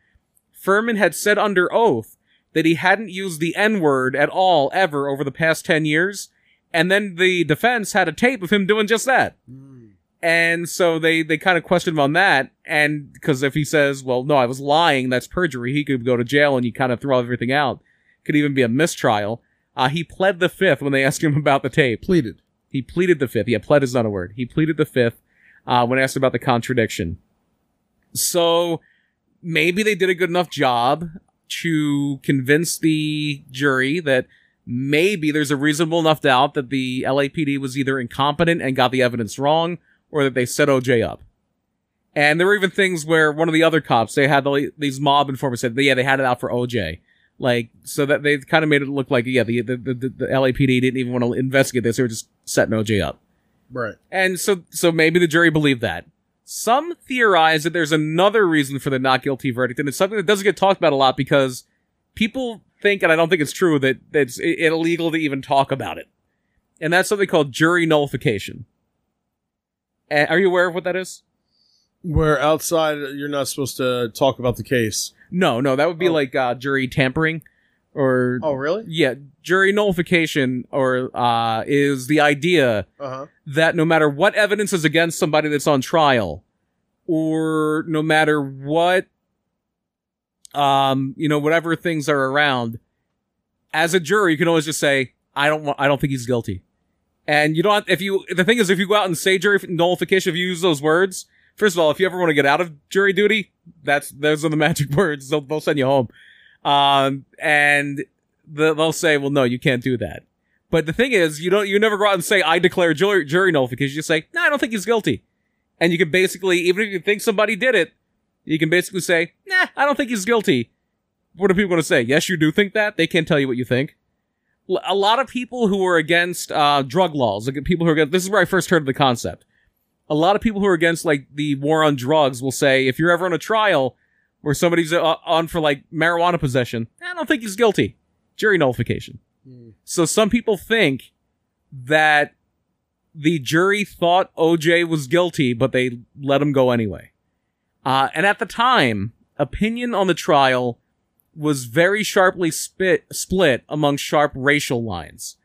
Furman had said under oath that he hadn't used the N word at all ever over the past 10 years. And then the defense had a tape of him doing just that. And so they, they kind of questioned him on that. And because if he says, well, no, I was lying, that's perjury, he could go to jail and you kind of throw everything out. Could even be a mistrial. Uh, he pled the fifth when they asked him about the tape. Pleaded. He pleaded the fifth. Yeah, pled is not a word. He pleaded the fifth uh, when asked about the contradiction. So maybe they did a good enough job to convince the jury that maybe there's a reasonable enough doubt that the LAPD was either incompetent and got the evidence wrong or that they set OJ up. And there were even things where one of the other cops, they had the, these mob informers said, yeah, they had it out for OJ. Like, so that they kind of made it look like, yeah, the, the, the, the LAPD didn't even want to investigate this. They were just setting OJ up. Right. And so, so maybe the jury believed that. Some theorize that there's another reason for the not guilty verdict, and it's something that doesn't get talked about a lot because people think, and I don't think it's true, that that it's i- illegal to even talk about it. And that's something called jury nullification. Uh, are you aware of what that is? Where outside, you're not supposed to talk about the case. No, no, that would be Oh. like uh, jury tampering, or really? yeah, jury nullification, or uh, is the idea Uh huh. that no matter what evidence is against somebody that's on trial, or no matter what, um, you know, whatever things are around, as a jury, you can always just say, "I don't, want, I don't think he's guilty," and you don't. have- If you, the thing is, if you go out and say jury nullification, if you use those words, first of all, if you ever want to get out of jury duty, that's those are the magic words. They'll, they'll send you home, um, and the, they'll say, "Well, no, you can't do that." But the thing is, you don't you never go out and say I declare jury, jury nullification. You say no, I don't think he's guilty, and you can basically even if you think somebody did it, you can basically say nah, I don't think he's guilty. What are people going to say? Yes, you do think that. They can't tell you what you think. L- A lot of people who are against uh, drug laws, like people who are against, this is where I first heard of the concept. a lot of people who are against like the war on drugs will say if you're ever on a trial where somebody's uh, on for like marijuana possession, I don't think he's guilty. Jury nullification. So some people think that the jury thought OJ was guilty, but they let him go anyway. Uh, and at the time, opinion on the trial was very sharply spit, split among sharp racial lines.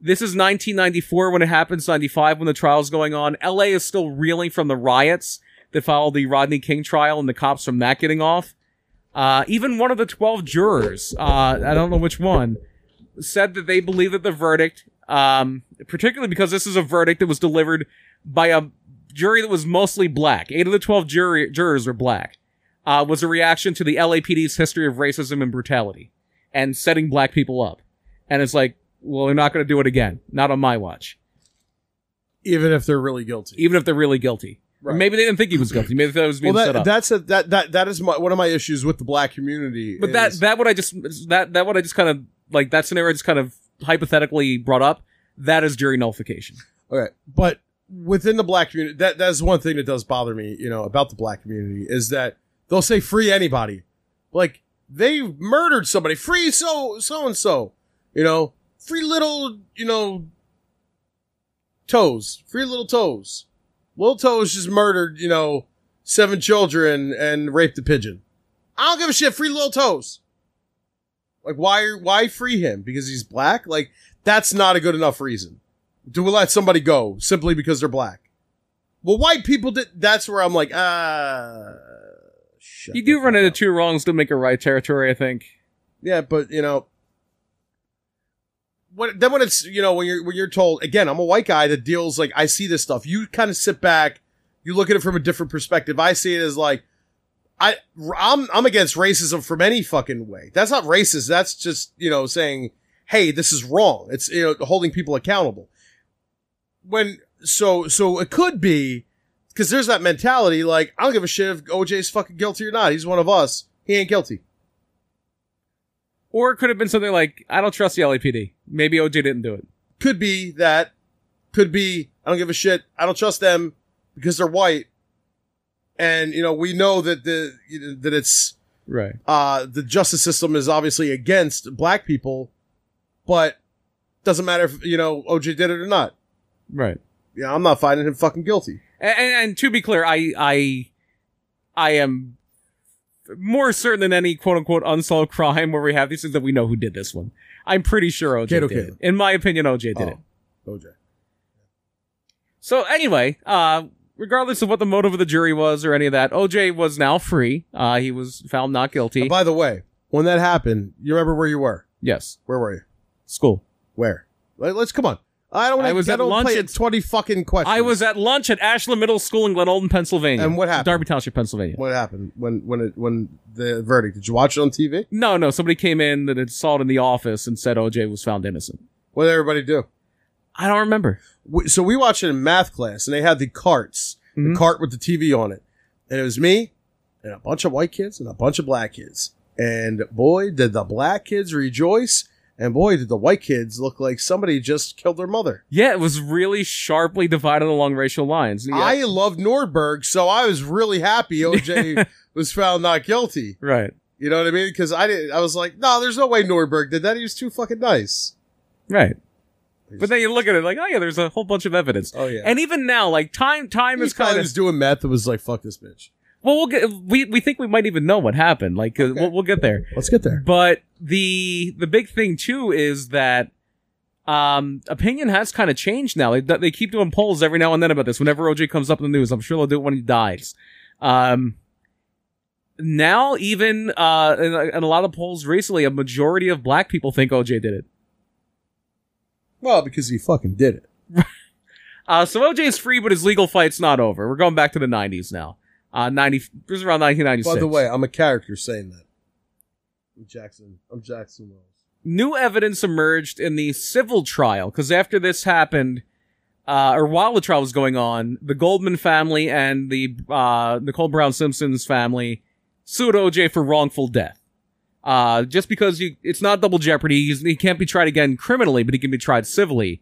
This is 1994 when it happens, 95 when the trial's going on. LA is still reeling from the riots that followed the Rodney King trial and the cops from that getting off. Uh, even one of the 12 jurors, uh, I don't know which one, said that they believe that the verdict, um, particularly because this is a verdict that was delivered by a jury that was mostly black, eight of the 12 jury, jurors were black, uh, was a reaction to the LAPD's history of racism and brutality and setting black people up. And it's like, well, they're not going to do it again. Not on my watch. even if they're really guilty. Even if they're really guilty. Or Right. Maybe they didn't think he was guilty. Maybe they thought it was being well, set that, up. that's a, that that that is my, one of my issues with the black community. But that is- that what I just that that what I just kind of like that scenario I just kind of hypothetically brought up. That is jury nullification. Okay, but within the black community, that that's one thing that does bother me. You know about the black community is that they'll say free anybody, like they murdered somebody, free so so and so, you know, free little you know toes, free little toes, little toes just murdered you know seven children and raped a pigeon. I don't give a shit, free little toes. Like why why free him because he's black? Like that's not a good enough reason do we let somebody go simply because they're black? Well, white people did. That's where I'm like, ah. shut You the do fuck run into up. two wrongs to make a right territory, I think. Yeah, but you know, when then when it's you know when you're when you're told again, I'm a white guy that deals like I see this stuff. You kind of sit back, you look at it from a different perspective. I see it as like. I, I'm I'm against racism from any fucking way. That's not racist. That's just you know saying, hey, this is wrong. It's you know holding people accountable. When so so it could be because there's that mentality like I don't give a shit if OJ's fucking guilty or not. He's one of us. He ain't guilty. Or it could have been something like, I don't trust the LAPD. Maybe OJ didn't do it. could be that could be i don't give a shit i don't trust them because they're white and you know we know that the you know, that it's Right. uh the justice system is obviously against black people but doesn't matter if you know oj did it or not Right. yeah i'm not finding him fucking guilty And, and, and to be clear, I, I, I am more certain than any quote unquote unsolved crime where we have these things that we know who did this one. I'm pretty sure OJ Kato did Kato. it. In my opinion, OJ did Oh, it. oj So anyway, uh, regardless of what the motive of the jury was or any of that, OJ was now free. Uh, he was found not guilty. And by the way when that happened you remember where you were yes. where were you School. where Let- let's come on i don't want I was to at lunch play at- it 20 fucking questions I was at lunch at Ashland Middle School in Glen Olden, Pennsylvania. And what happened? Darby Township, Pennsylvania. what happened when when it when the verdict did you watch it on tv No, no. Somebody came in that had saw it in the office and said OJ was found innocent. What did everybody do? I don't remember. We, so we watched it in math class, and they had the carts, Mhm. the cart with the TV on it, and it was me and a bunch of white kids and a bunch of black kids. And boy, did the black kids rejoice, and boy, did the white kids look like somebody just killed their mother. Yeah, it was really sharply divided along racial lines. Yeah. I love Nordberg, so I was really happy OJ was found not guilty. right, You know what I mean? Because I didn't. I was like, no, there's no way Nordberg did that. He was too fucking nice. right. But then you look at it like, oh yeah, there's a whole bunch of evidence. Oh yeah, And even now, like time, time he is kind probably of was doing meth. and was like, fuck this bitch. well. We'll get we we think we might even know what happened. Like uh, we'll, we'll get there. Let's get there. But the the big thing too is that um opinion has kind of changed now. They, they keep doing polls every now and then about this. Whenever OJ comes up in the news, I'm sure they'll do it when he dies. Um now even uh in, a- in a lot of polls recently, a majority of black people think OJ did it. Well, because he fucking did it. Uh so OJ is free, but his legal fight's not over. We're going back to the nineties now. Uh ninety this is around nineteen ninety six. By the way, I'm a character saying that. I'm Jackson. I'm Jackson Wells. new evidence emerged in the civil trial because after this happened, uh, or while the trial was going on, the Goldman family and the uh, Nicole Brown Simpson's family sued OJ for wrongful death. Uh, just because you, it's not double jeopardy, he's, he can't be tried again criminally, but he can be tried civilly.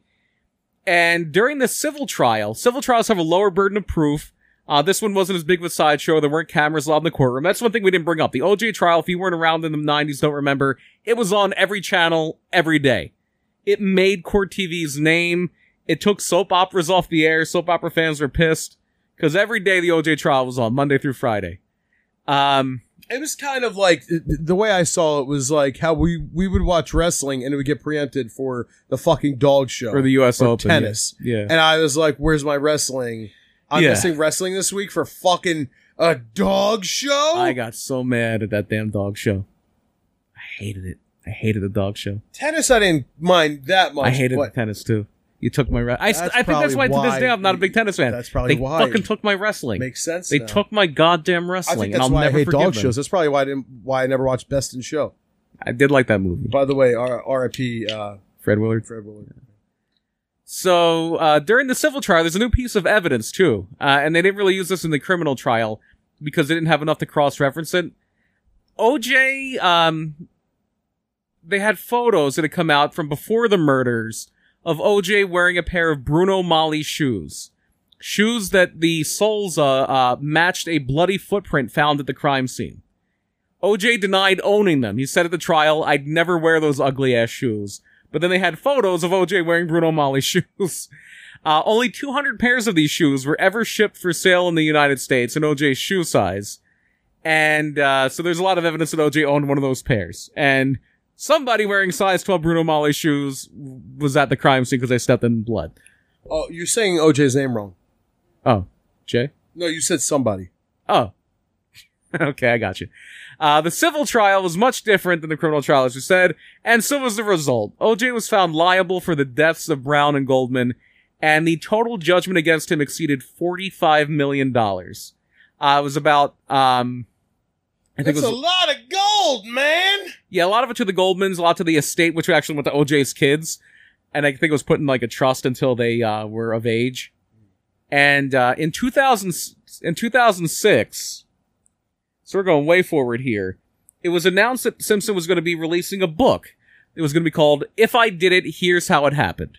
And during the civil trial, civil trials have a lower burden of proof. Uh, this one wasn't as big of a sideshow. There weren't cameras allowed in the courtroom. That's one thing we didn't bring up. The OJ trial, if you weren't around in the 90s, don't remember, it was on every channel every day. It made Court TV's name. It took soap operas off the air. Soap opera fans were pissed because every day the OJ trial was on, Monday through Friday. Um, It was kind of like th- the way I saw it was like how we we would watch wrestling and it would get preempted for the fucking dog show or the U.S. or Open. yeah. tennis. Yeah. And I was like, "Where's my wrestling? I'm Yeah. missing wrestling this week for fucking a dog show." I got so mad at that damn dog show. I hated it. I hated the dog show. tennis. I didn't mind that much. I hated but tennis too. You took my re- I, s- That's I think that's probably why, to this why day I'm not a big tennis fan. That's probably they why. fucking took my wrestling. Makes sense. they now. took my goddamn I wrestling, and think that's I'll why I never hate forgive dog them. shows. That's probably why I didn't. Why I never watched Best in Show. I did like that movie, By the way, R- R.I.P. Uh, Fred Willard. Fred Willard. So uh, during the civil trial, there's a new piece of evidence too, uh, and they didn't really use this in the criminal trial because they didn't have enough to cross-reference it. OJ, um, they had photos that had come out from before the murders of OJ wearing a pair of Bruno Mali shoes, shoes that the soles uh, uh, matched a bloody footprint found at the crime scene. OJ denied owning them. He said at the trial, "I'd never wear those ugly ass shoes." But then they had photos of OJ wearing Bruno Mali's shoes. Uh, only 200 pairs of these shoes were ever shipped for sale in the United States in OJ's shoe size. And uh, so there's a lot of evidence that OJ owned one of those pairs. And somebody wearing size 12 Bruno Mali shoes was at the crime scene because they stepped in blood. Oh, you're saying OJ's name wrong. Oh, Jay? No, you said somebody. Oh. okay, I got you. Uh, the civil trial was much different than the criminal trial, as you said, and so was the result. OJ was found liable for the deaths of Brown and Goldman, and the total judgment against him exceeded $45 million. Uh, it was about, um, I think it was, lot of gold, man. yeah, a lot of it to the Goldmans, a lot to the estate, which actually went to OJ's kids. And I think it was put in like a trust until they uh, were of age. And uh, in 2000, in 2006, so we're going way forward here, it was announced that Simpson was going to be releasing a book. It was going to be called If I Did It, Here's How It Happened.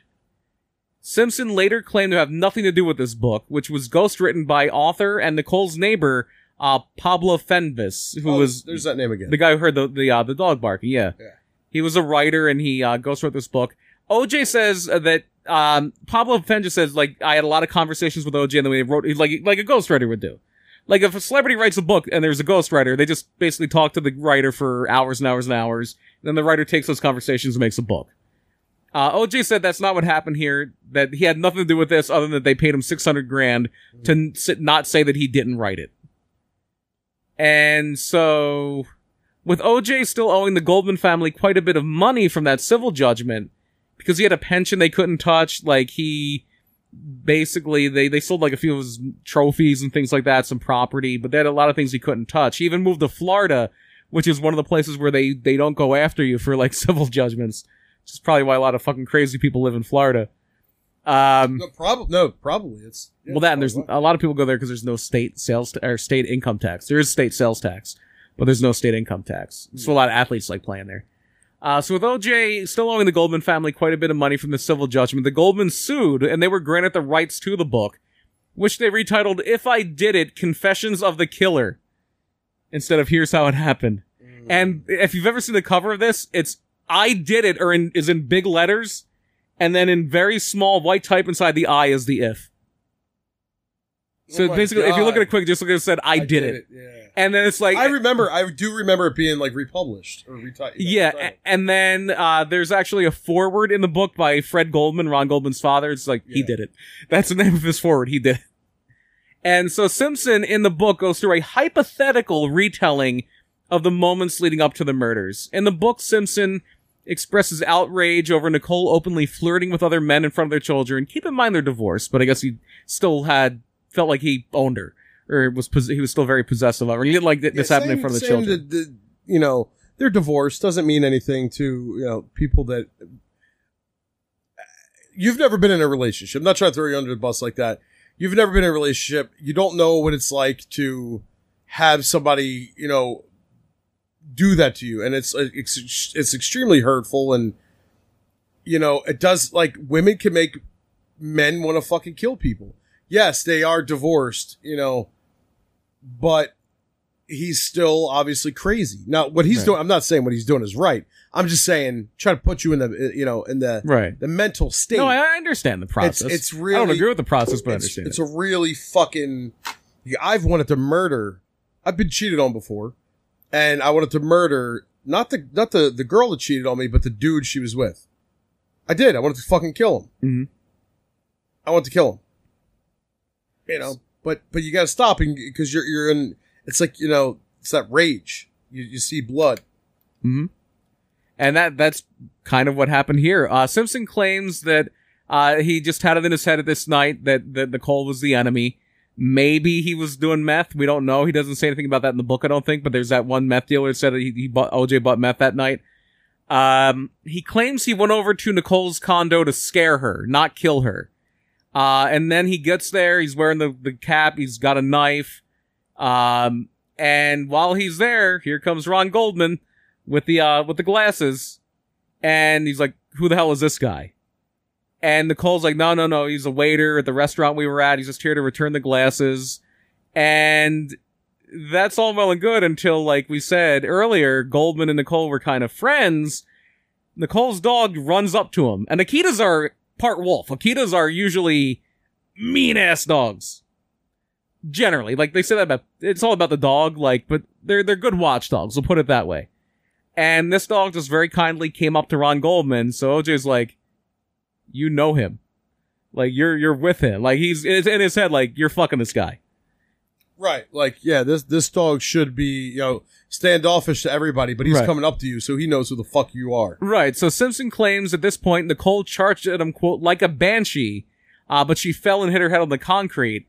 Simpson later claimed to have nothing to do with this book, which was ghostwritten by author and Nicole's neighbor, uh, Pablo Fenvis, who oh, was There's that name again. the guy who heard the the uh, the dog barking. Yeah. Yeah. he was a writer and he uh, ghost wrote this book. OJ says uh, that um, Pablo Fenja says like I had a lot of conversations with OJ and then we wrote like like a ghostwriter would do. Like if a celebrity writes a book and there's a ghostwriter, they just basically talk to the writer for hours and hours and hours. then the writer takes those conversations and makes a book. Uh, OJ said that's not what happened here. That he had nothing to do with this, other than that they paid him six hundred grand to n- sit, not say that he didn't write it. And so, with OJ still owing the Goldman family quite a bit of money from that civil judgment, because he had a pension they couldn't touch, like he basically they they sold like a few of his trophies and things like that, some property, but they had a lot of things he couldn't touch. He even moved to Florida, which is one of the places where they they don't go after you for like civil judgments, which is probably why a lot of fucking crazy people live in Florida. Um, no, probably. No, probably. It's yeah, oh, well, that and there's probably. a lot of people go there because there's no state sales t- or state income tax. There is state sales tax, but there's no state income tax. So a lot of athletes like playing there. Uh, so with OJ still owing the Goldman family quite a bit of money from the civil judgment, the Goldman sued and they were granted the rights to the book, which they retitled "If I Did It: Confessions of the Killer" instead of "Here's How It Happened." And if you've ever seen the cover of this, it's "I did it" or in, is in big letters, and then in very small white type inside the "I" is the "if." So Oh my basically, if you look at God. it quick, just look at it said, I, did, it. Yeah. And then it's like, I remember. I do remember it being like republished or retitled. yeah. a- And then uh, there's actually a forward in the book by Fred Goldman, Ron Goldman's father. It's like, he Yeah. did it. That's the name of his forward. He did it. And so Simpson in the book goes through a hypothetical retelling of the moments leading up to the murders. In the book, Simpson expresses outrage over Nicole openly flirting with other men in front of their children. Keep in mind they're divorced, but I guess he still had felt like he owned her or was pos- he was still very possessive of her. He didn't like that this Yeah, happened in saying- front of the saying children. that the- you know, they're divorced doesn't mean anything to you know people that you've never been in a relationship. I'm not trying to throw you under the bus like that. You've never been in a relationship. You don't know what it's like to have somebody you know do that to you, and it's uh, it's, it's extremely hurtful. And you know, it does like women can make men want to fucking kill people. Yes, they are divorced, you know, but he's still obviously crazy. Now, what he's Right. doing, I'm not saying what he's doing is right. I'm just saying, try to put you in the, uh, you know, in the Right. the mental state. No, I I understand the process. it's I don't really- agree with the process, but I it's, understand. it's it. a really fucking. yeah, I've wanted to murder. I've been cheated on before, and I wanted to murder not the not the the girl that cheated on me, but the dude she was with. I did. I wanted to fucking kill him. Mhm. I wanted to kill him. You know, but but you got to stop because you're you're in. It's like you know, it's that rage. You you see blood. and that that's kind of what happened here. Uh, Simpson claims that uh, he just had it in his head at this night that that Nicole was the enemy. Maybe he was doing meth. We don't know. He doesn't say anything about that in the book, I don't think. But there's that one meth dealer that said that he, he bought OJ bought meth that night. Um, he claims he went over to Nicole's condo to scare her, not kill her. Uh, and then he gets there. He's wearing the, the cap. He's got a knife. Um, and while he's there, here comes Ron Goldman with the uh with the glasses and he's like who the hell is this guy and nicole's like no no no he's a waiter at the restaurant we were at he's just here to return the glasses and that's all well and good until like we said earlier goldman and nicole were kind of friends nicole's dog runs up to him and akitas are part wolf akitas are usually mean ass dogs generally like they say that about it's all about the dog like but they're they're good watchdogs we'll put it that way and this dog just very kindly came up to Ron Goldman. So OJ's like, you know him. Like you're you're with him. Like he's it's in his head like you're fucking this guy. Right. Like yeah, this this dog should be you know standoffish to everybody, but he's Right. coming up to you, so he knows who the fuck you are. Right. So Simpson claims at this point Nicole charged at him quote like a banshee, uh, but she fell and hit her head on the concrete.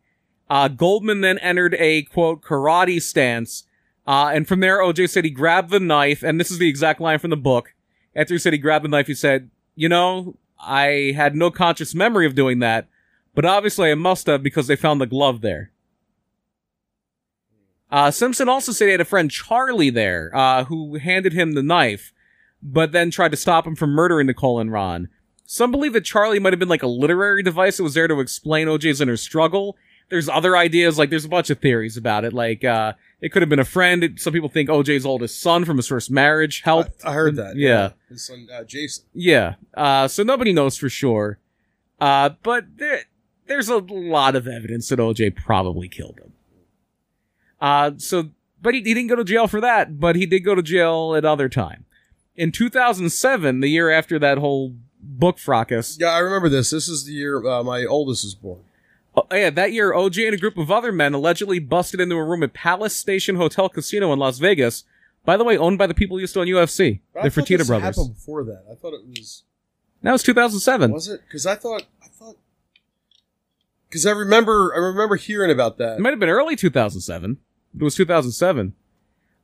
Uh, Goldman then entered a quote karate stance, uh, and from there OJ said he grabbed the knife, and this is the exact line from the book. After he said he grabbed the knife, he said, "You know, I had no conscious memory of doing that, but obviously I must have because they found the glove there." Uh, Simpson also said he had a friend Charlie there, uh, who handed him the knife but then tried to stop him from murdering Nicole and Ron. Some believe that Charlie might have been like a literary device that was there to explain OJ's inner struggle. There's other ideas, like there's a bunch of theories about it. Like uh it could have been a friend. It- Some people think OJ's oldest son from his first marriage helped. I, I heard that. Yeah. His son uh, Jason. Yeah. Uh, so nobody knows for sure. Uh, but there, there's a lot of evidence that OJ probably killed him. Uh, so, but he, he didn't go to jail for that, but he did go to jail at other time. In 2007, the year after that whole book fracas, Yeah, I remember this. This is the year uh, my oldest is born. Oh, yeah, that year, OJ and a group of other men allegedly busted into a room at Palace Station Hotel Casino in Las Vegas. By the way, owned by the people used to own UFC, But I the thought Fertitta this brothers. Happened before that, I thought it was That was 2007. was it because I thought I thought because I remember I remember hearing about that. It might have been early 2007. It was 2007.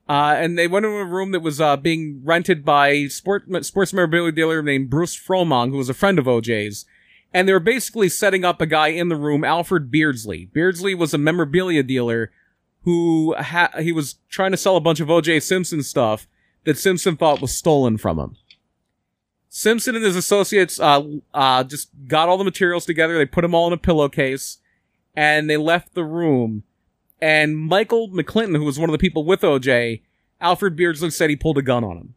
Uh, and they went into a room that was uh, being rented by sport, sports memorabilia dealer named Bruce Fromong, who was a friend of OJ's. And they were basically setting up a guy in the room, Alfred Beardsley. Beardsley was a memorabilia dealer who ha- he was trying to sell a bunch of OJ Simpson stuff that Simpson thought was stolen from him. Simpson and his associates uh, uh, just got all the materials together. They put them all in a pillowcase and they left the room. And Michael McClinton, who was one of the people with OJ, Alfred Beardsley said he pulled a gun on him.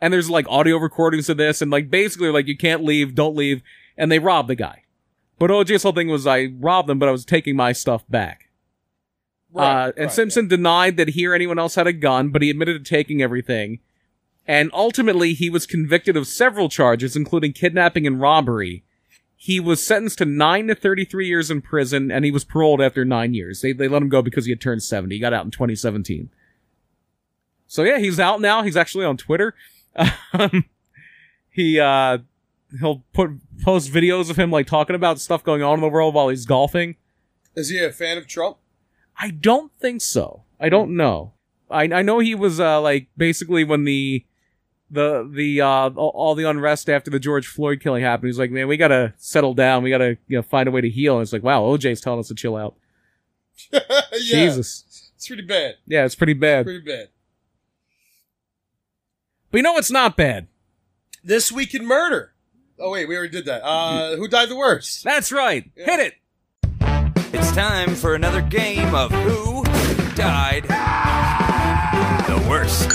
And there's like audio recordings of this, and like basically like you can't leave, don't leave, and they robbed the guy. But OJ's whole thing was I robbed them, but I was taking my stuff back. Right, uh, and right, Simpson denied that he or anyone else had a gun, but he admitted to taking everything. And ultimately, he was convicted of several charges, including kidnapping and robbery. He was sentenced to nine to 33 years in prison, and he was paroled after nine years. They, they let him go because he had turned 70. He got out in 2017. So yeah, he's out now. He's actually on Twitter. Um, he, uh, he'll put, post videos of him, like, talking about stuff going on in the world while he's golfing. yeah. Is he a fan of Trump? I don't think so. I Hmm. don't know. I I know he was uh like basically when the the the uh all, all the unrest after the George Floyd killing happened. He's like, man, we gotta settle down. We gotta you know find a way to heal. And it's like, wow, OJ's telling us to chill out. yeah. Jesus, it's pretty bad. yeah, it's pretty bad. Pretty bad. But you know what's not bad? This week in murder. Oh wait, we already did that. Uh, who died the worst? That's right. Hit it. It's time for another game of Who Died the Worst.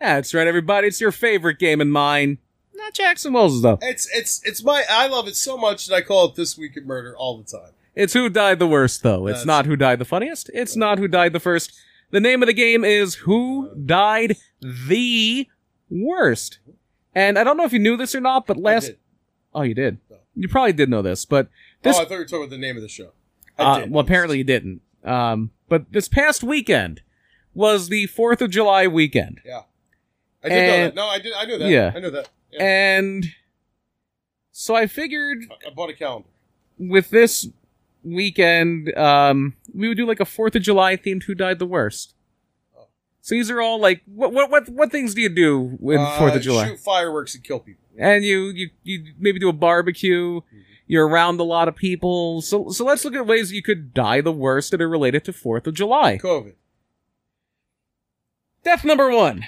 That's right, everybody. It's your favorite game and mine. Not Jackson Wells, though. It's it's it's my I love it so much that I call it this week in murder all the time. It's who died the worst, though. It's That's- not who died the funniest. It's not who died the first. The name of the game is Who Died the Worst. And I don't know if you knew this or not, but I last. did. Oh, you did. No. You probably did know this, but this. oh, I thought you were talking about the name of the show. I Uh, did. well, apparently you didn't. Um, but this past weekend was the 4th of July weekend. I did know and- that. No, I did. I knew that. Yeah. I knew that. Yeah. And so I figured I- I bought a calendar. with this weekend, um, we would do like a Fourth of July themed "Who Died the Worst." So these are all like what what what, what things do you do in Uh, Fourth of July? Shoot fireworks and kill people. And you you you maybe do a barbecue. Mm-hmm. You're around a lot of people. So so let's look at ways you could die the worst that are related to Fourth of July. COVID. Death number one.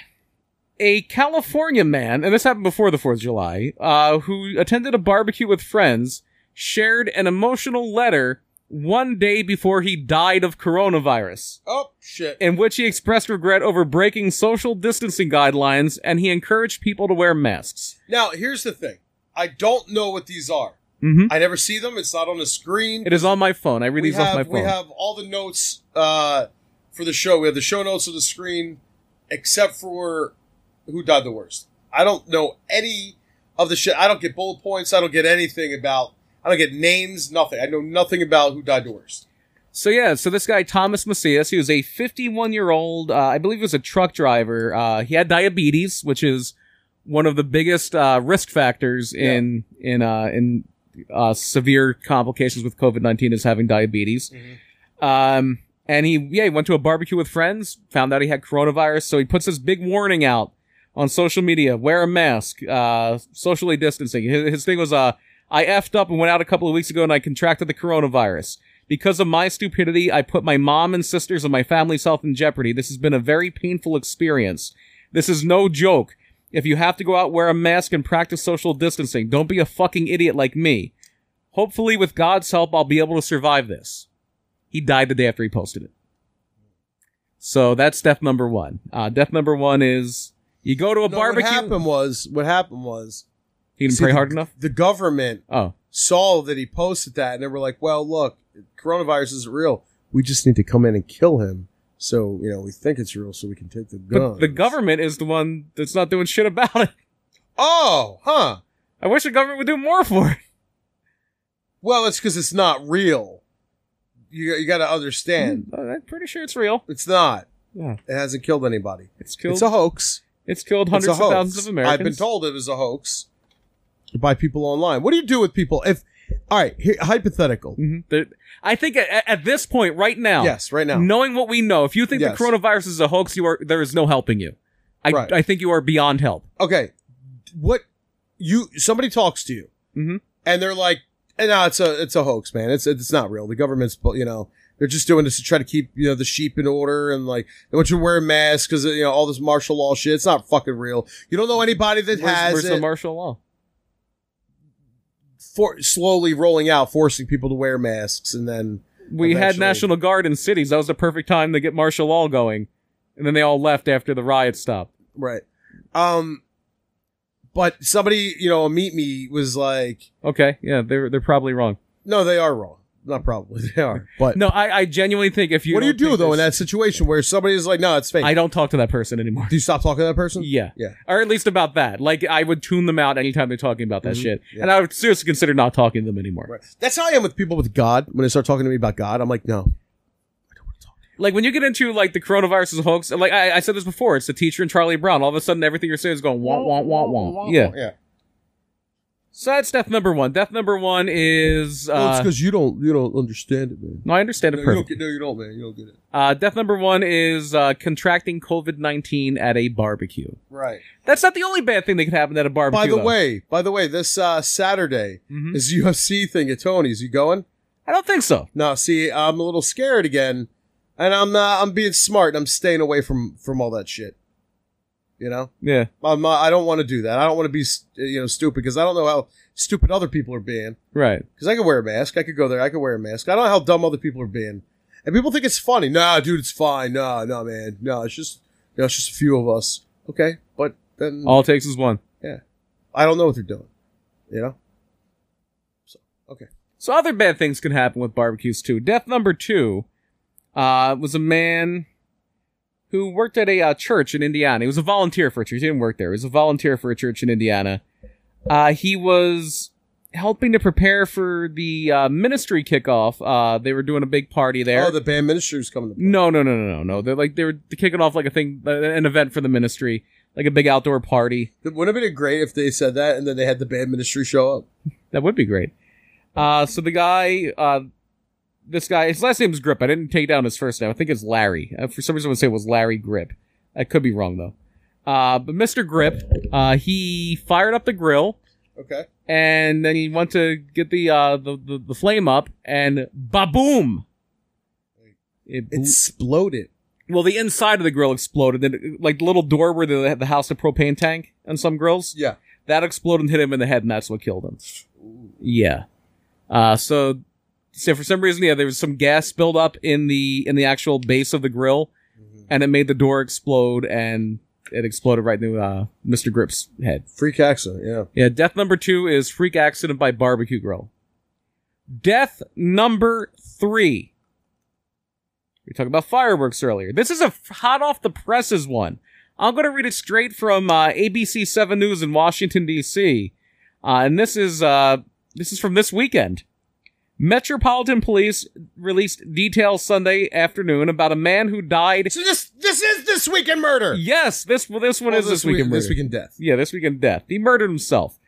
A California man, and this happened before the 4th of July, uh, who attended a barbecue with friends, shared an emotional letter one day before he died of coronavirus, Oh shit. in which he expressed regret over breaking social distancing guidelines and he encouraged people to wear masks. Now here's the thing. I don't know what these are. Mm-hmm. I never see them. It's not on the screen. It is on my phone. I read we these have, off my We phone. have all the notes uh, for the show. We have the show notes on the screen, except for who died the worst. I don't know any of the shit. I don't get bullet points. I don't get anything about. I don't get names. Nothing. I know nothing about who died the worst. So yeah, so this guy Thomas Macias, he was a 51 year old, uh, I believe, he was a truck driver. Uh, he had diabetes, which is one of the biggest uh, risk factors in in uh, in uh, severe complications with COVID 19 is having diabetes. Um, and he yeah he went to a barbecue with friends, found out he had coronavirus, so he puts this big warning out on social media: wear a mask, uh, socially distancing. His, his thing was uh, I effed up and went out a couple of weeks ago, and I contracted the coronavirus. Because of my stupidity, I put my mom and sisters and my family's health in jeopardy. This has been a very painful experience. This is no joke. If you have to go out, wear a mask and practice social distancing. Don't be a fucking idiot like me. Hopefully, with God's help, I'll be able to survive this. He died the day after he posted it. So that's death number one. Uh, death number one is you go to a What barbecue. happened was what happened was He didn't pray hard enough. The government Oh, saw that he posted that, and they were like, "Well, look, coronavirus isn't real. We just need to come in and kill him." So you know, we think it's real, so we can take the gun. but the government is the one that's not doing shit about it. Oh, huh. I wish the government would do more for it. Well, it's because it's not real. You you got to understand, Uh, I'm pretty sure it's real. it's not. Yeah. It hasn't killed anybody. It's killed. It's a hoax. it's killed It's hundreds a of hoax. thousands of Americans. I've been told it was a hoax by people online. What do you do with people if? All right, here, hypothetical. Mhm. There- I think at, at this point, right now, Yes, right now. knowing what we know, if you think Yes. the coronavirus is a hoax, you are there is no helping you. I, Right. I think you are beyond help. Okay, what you somebody talks to you, Mhm. and they're like, "Eh, "No, it's a it's a hoax, man. It's it's not real. The government's bu- you know." They're just doing this to try to keep, you know, the sheep in order and like, they want you to wear a mask because, you know, all this martial law shit. It's not fucking real. You don't know anybody that Where's, has where's it. the martial law? for slowly rolling out, forcing people to wear masks, and then We had Eventually. National Guard in cities. That was the perfect time to get martial law going, and then they all left after the riot stopped. right. Um, but somebody, you know, a meet me was like, Okay, yeah, they're they're probably wrong. no, they are wrong. Not probably they are, but No, I, I genuinely think if you what do you don't do think though in this- that situation where somebody is like, no, it's fake? I don't talk to that person anymore. do you stop talking to that person? Yeah. Yeah. Or at least about that. Like I would tune them out anytime they're talking about that Mhm. shit. Yeah. And I would seriously consider not talking to them anymore. Right. That's how I am with people with God. When they start talking to me about God, I'm like, no, Like when you get into like the coronavirus is a hoax, like I, I said this before, it's the teacher and Charlie Brown. All of a sudden everything you're saying is going womp womp womp womp. Yeah. yeah. So that's death number one. Death number one is. Uh, well, it's because you don't you don't understand it, man. no, I understand it No, you don't perfectly. get, no, you don't, man. You don't get it. Uh, death number one is uh, contracting COVID 19 at a barbecue. Right. That's not the only bad thing that could happen at a barbecue. By the though. way, by the way, this uh, Saturday Mhm. is UFC thing at Tony's. You going? I don't think so. No, see, I'm a little scared again, and I'm uh, I'm being smart. and I'm staying away from from all that shit. You know, Yeah. I'm, uh, I don't want to do that. I don't want to be s- you know stupid because I don't know how stupid other people are being. Right. Because I could wear a mask. I could go there. I could wear a mask. I don't know how dumb other people are being. And people think it's funny. Nah, dude, it's fine. Nah, nah, man. Nah, it's just, you know, it's just a few of us. Okay, but then All it takes is one. I don't know what they're doing. You know? So other bad things can happen with barbecues too. Death number two uh, was a man who worked at a uh, church in Indiana. He was a volunteer for a church. He didn't work there. He was a volunteer for a church in Indiana. Uh, he was helping to prepare for the uh, ministry kickoff. Uh, they were doing a big party there. Oh, the band ministry's coming. To- No, no, no, no, no, no. They're like they were kicking off like a thing, uh, an event for the ministry, like a big outdoor party. Wouldn't it have been great if they said that and then they had the band ministry show up? That would be great. Uh, so the guy, uh, this guy, his last name is Grip. I didn't take down his first name. I think it's Larry. Uh, for some reason, I would say it was Larry Grip. I could be wrong though. Uh, but Mr. Grip, uh, he fired up the grill Okay. and then he went to get the uh, the, the the flame up and baboom! It It bl- exploded. well, the inside of the grill exploded. Then, like the little door where they have the house of propane tank on some grills, Yeah. that exploded and hit him in the head, and that's what killed him. Yeah. Uh, so, so for some reason, yeah, there was some gas buildup in the in the actual base of the grill, and it made the door explode, and it exploded right into uh, Mr. Grip's head. Freak accident, yeah. Yeah. Death number two is freak accident by barbecue grill. Death number three. We talked about fireworks earlier. This is a f- hot off the presses one. I'm going to read it straight from uh, ABC 7 News in Washington D.C. Uh, and this is uh, this is from this weekend. Metropolitan Police released details Sunday afternoon about a man who died. So this this is this weekend murder. Yes, this this one Well, is this, weekend. This murder. weekend death. Yeah, this weekend death. He murdered himself.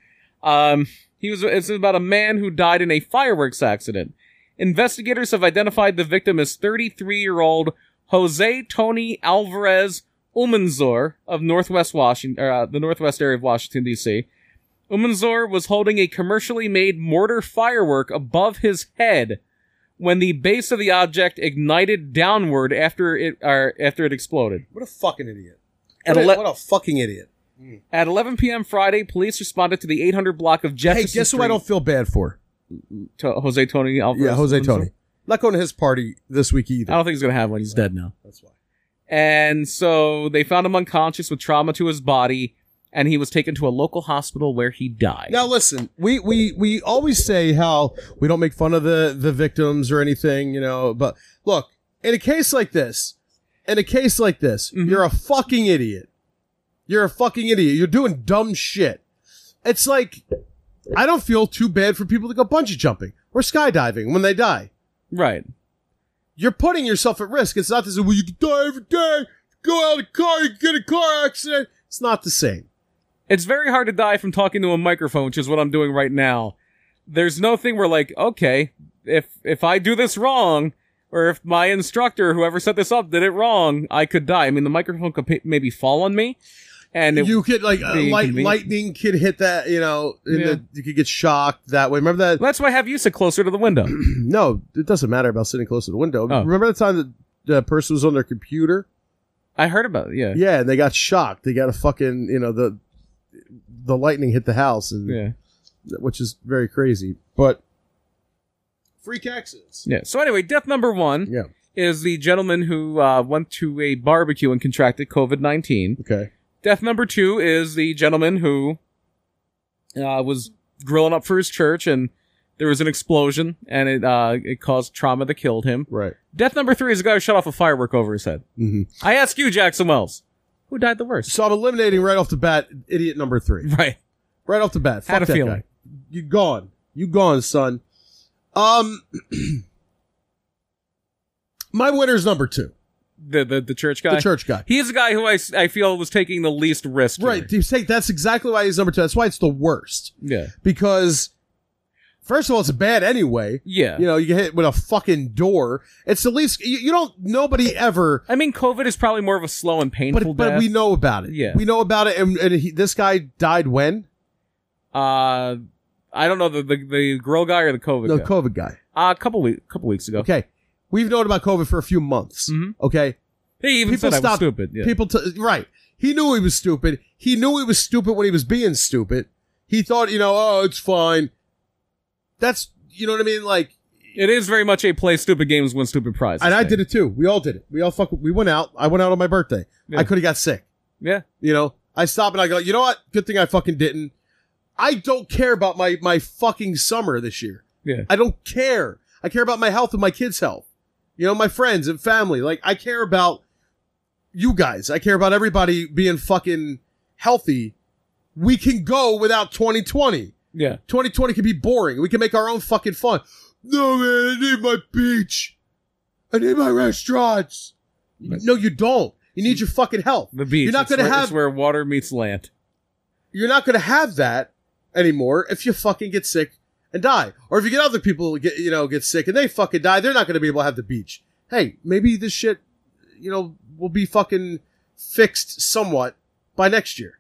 Um, he was. It's about a man who died in a fireworks accident. Investigators have identified the victim as 33-year-old Jose Tony Alvarez Umanzor of Northwest Washington, uh, the Northwest area of Washington D.C. Umanzor was holding a commercially made mortar firework above his head when the base of the object ignited downward after it or after it exploded. What a fucking idiot. At What a, ele- what a fucking idiot. at 11 p.m. Friday, police responded to the 800 block of hey, Jefferson guess who I Street don't feel bad for? to Jose Tony Alvarez. Yeah, Jose Alonso. Tony. Not going to his party this week I either. don't think he's going to have one. He's dead now. That's why. And so they found him unconscious with trauma to his body, and he was taken to a local hospital where he died. Now listen, we we we always say how we don't make fun of the the victims or anything, you know. But look, in a case like this, in a case like this, Mhm. you're a fucking idiot. You're a fucking idiot. You're doing dumb shit. It's like I don't feel too bad for people that go bungee jumping or skydiving when they die. Right. You're putting yourself at risk. It's not this. Well, you can die every day. Go out of the car. You get a car accident. It's not the same. It's very hard to die from talking to a microphone, which is what I'm doing right now. There's no thing where like, okay, if if I do this wrong, or if my instructor, whoever set this up, did it wrong, I could die. I mean, the microphone could pa- maybe fall on me, and it you could like uh, be light, inconvenient. lightning could hit that you know and Yeah. then you could get shocked that way remember that That's why I have you sit closer to the window. no it doesn't matter about sitting close to the window Oh. remember the time that the person was on their computer I heard about it. Yeah. yeah and they got shocked they got a fucking you know the the lightning hit the house and Yeah. which is very crazy but freak accidents Yeah. So anyway, death number one yeah is the gentleman who uh, went to a barbecue and contracted COVID nineteen. okay Death number two is the gentleman who uh, was grilling up for his church and there was an explosion and it uh, it caused trauma that killed him. right Death number three is a guy who shot off a firework over his head. hmm I ask you, Jackson Wells, who died the worst? so i'm eliminating right off the bat idiot number three Right. right off the bat. Fuck Had a that feeling. guy. You gone. You gone, son. Um, my winner's number two. the the, the church guy. The church guy. He's the guy who I, s- I feel was taking the least risk. here. Right. You say that's exactly why he's number two. That's why it's the worst. Yeah. Because first of all, it's bad anyway. Yeah. You know, you get hit with a fucking door. It's the least you, you don't nobody ever I mean, COVID is probably more of a slow and painful but but death. we know about it. Yeah. We know about it and, and he, this guy died when? uh, I don't know the, the the grill guy or the COVID. No guy. COVID guy. uh, a couple weeks couple weeks ago. Okay. We've known about COVID for a few months. Mhm. Okay. He even People said I was stopped- stupid. Yeah. People t- right. He knew he was stupid. He knew he was stupid when he was being stupid. He thought, you know, oh, it's fine. That's you know what I mean? Like it is very much a play stupid games, win stupid prizes. and I thing. did it too. We all did it. We all fuck. We went out. I went out on my birthday. Yeah. I could have got sick. Yeah. You know, I stop and I go. You know what? Good thing I fucking didn't. I don't care about my my fucking summer this year. Yeah. I don't care. I care about my health and my kids' health. You know, my friends and family. Like I care about you guys. I care about everybody being fucking healthy. We can go without 2020. Yeah. 2020 can be boring. We can make our own fucking fun. No, man, I need my beach. I need my restaurants. No, you don't. You need your fucking health. The beach. You're not It's gonna where- have- it's where water meets land. You're not gonna have that anymore if you fucking get sick and die, or if you get other people who get you know get sick and they fucking die. They're not gonna be able to have the beach. Hey, maybe this shit, you know, will be fucking fixed somewhat by next year,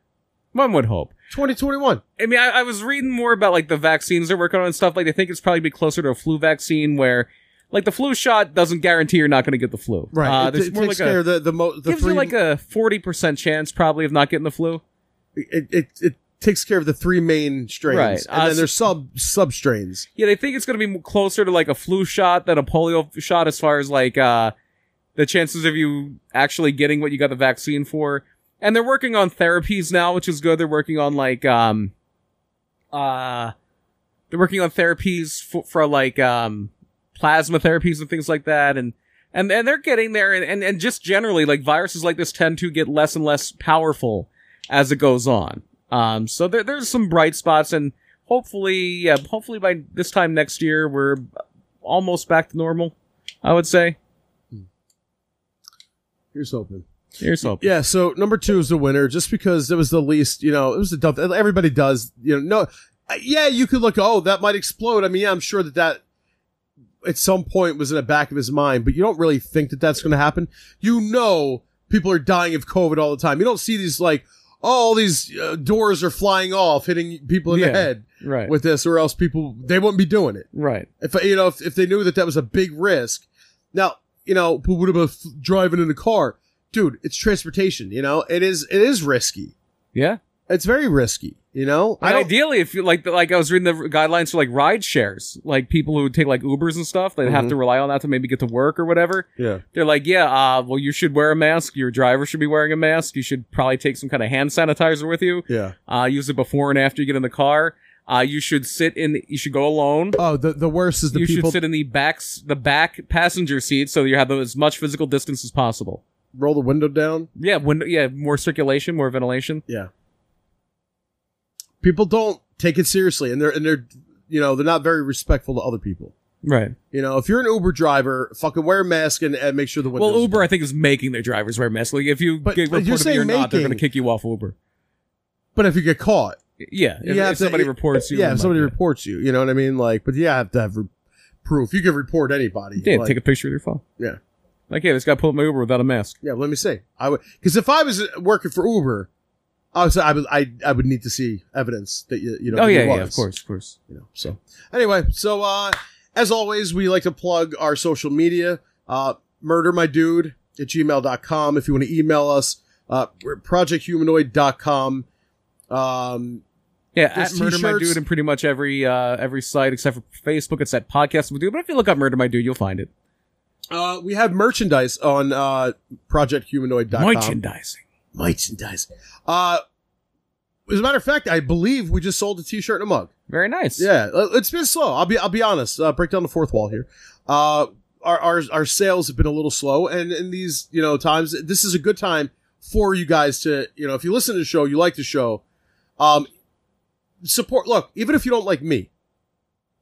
One would hope. 2021. I mean, I, I was reading more about like the vaccines they're working on and stuff. Like, they think it's probably be closer to a flu vaccine, where like the flu shot doesn't guarantee you're not going to get the flu. Uh, it, there's it more takes like care a of the the, mo- the gives three you like a forty percent chance probably of not getting the flu. it, it, it takes care of the three main strains, Right. and Uh, then there's sub sub strains. Yeah, they think it's going to be m- closer to like a flu shot than a polio f- shot as far as like uh the chances of you actually getting what you got the vaccine for. And they're working on therapies now, which is good. They're working on like um uh they're working on therapies for, for like um plasma therapies and things like that and and, and they're getting there and, and, and just generally like viruses like this tend to get less and less powerful as it goes on. Um so there there's some bright spots and hopefully yeah, hopefully by this time next year we're almost back to normal, I would say. Here's hoping. Here's hope. Yeah. So number two is the winner, just because it was the least. You know, it was the dump. Everybody does. You know, no. uh, Yeah, you could look. Oh, that might explode. I mean, yeah, I'm sure that that at some point was in the back of his mind, but you don't really think that that's going to happen. You know, people are dying of COVID all the time. You don't see these like. Oh, all these uh, doors are flying off, hitting people in Yeah. the head Right. with this, or else people they wouldn't be doing it. right. If you know, if, if they knew that that was a big risk, now you know, but what about f- driving in a car, dude? It's transportation. You know, it is it is risky. Yeah. It's very risky. You know, And ideally, if you like, like I was reading the guidelines for like ride shares, like people who take like Ubers and stuff, they have Mhm. to rely on that to maybe get to work or whatever. Yeah, They're like, yeah, uh, well, you should wear a mask. Your driver should be wearing a mask. You should probably take some kind of hand sanitizer with you. yeah. Uh, use it before and after you get in the car. Uh, you should sit in. You should go alone. Oh, the the worst is the you people should sit in the back the back passenger seat so you have as much physical distance as possible. roll the window down. Yeah, when yeah, more circulation, more ventilation. Yeah, people don't take it seriously, and they're and they're you know they're not very respectful to other people. Right. You know, if you're an Uber driver, fucking wear a mask and, and make sure the windows. Well, Uber I think is making their drivers wear masks. Like if you But- get but you're reported that you're saying not, they're going to making. kick you off Uber. But if you get caught, Yeah, if, You have if to- somebody it- reports you. yeah, then, if somebody like, reports you, you know what I mean? Like, but yeah, I have to have re- proof. You can report anybody. yeah, like, take a picture of your phone. Yeah. Like, yeah, this guy pulled my Uber without a mask. yeah. Let me see. I would because if I was uh, working for Uber, I was I would I, I would need to see evidence that you you know. oh that he yeah, yeah, was, of course, of course. You know. So anyway, so uh, as always, we like to plug our social media. Uh, murder my dude at gmail.com if you want to email us. Uh, we're at projecthumanoid.com. Um, Yeah, There's at Murder My t-shirts. Dude in pretty much every uh every site except for Facebook. It's at Podcast My Dude. But if you look up Murder My Dude, you'll find it. uh, we have merchandise on uh, projecthumanoid.com. Merchandising. merchandise. Uh, as a matter of fact, I believe we just sold a T-shirt and a mug. Very nice. Yeah, uh, it's been slow. I'll be I'll be honest. Uh, break down the fourth wall here. Uh, our, our our sales have been a little slow, and in these you know times, this is a good time for you guys to you know if you listen to the show, you like the show, um, support. Look, even if you don't like me,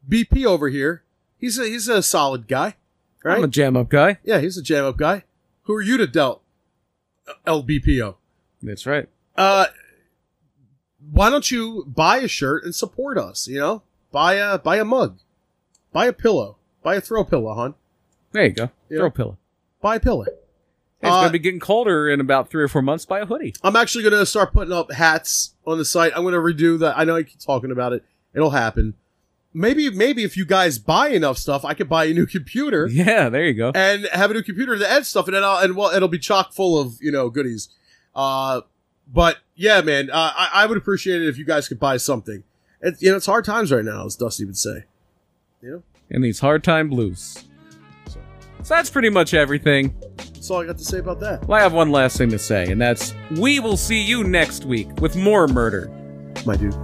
BP over here, he's a he's a solid guy, right? I'm a jam up guy. yeah, he's a jam up guy. Who are you to doubt LBPO? That's right. Uh, why don't you buy a shirt and support us? You know, buy a buy a mug, buy a pillow, buy a throw pillow, hon. There you go. Yeah. Throw a pillow. Buy a pillow. Hey, it's Uh, gonna be getting colder in about three or four months. Buy a hoodie. I'm actually going to start putting up hats on the site. I'm going to redo that. I know I keep talking about it. It'll happen. Maybe, maybe if you guys buy enough stuff, I could buy a new computer Yeah, there you go. and have a new computer to add stuff, and then I'll, and well, it'll be chock full of you know goodies. Uh, but yeah, man, uh, I, I would appreciate it if you guys could buy something. It, you know, it's hard times right now, as Dusty would say. In these hard time blues. So that's pretty much everything. That's all I got to say about that. Well, I have one last thing to say, and that's we will see you next week with more murder. My dude.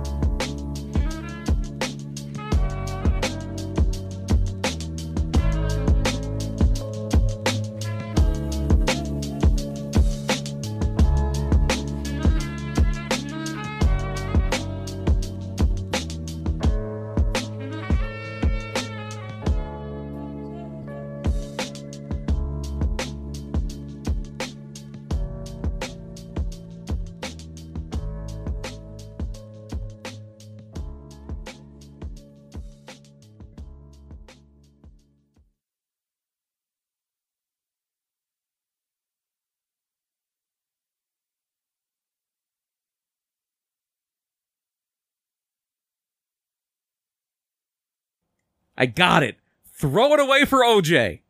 I got it. Throw it away for OJ.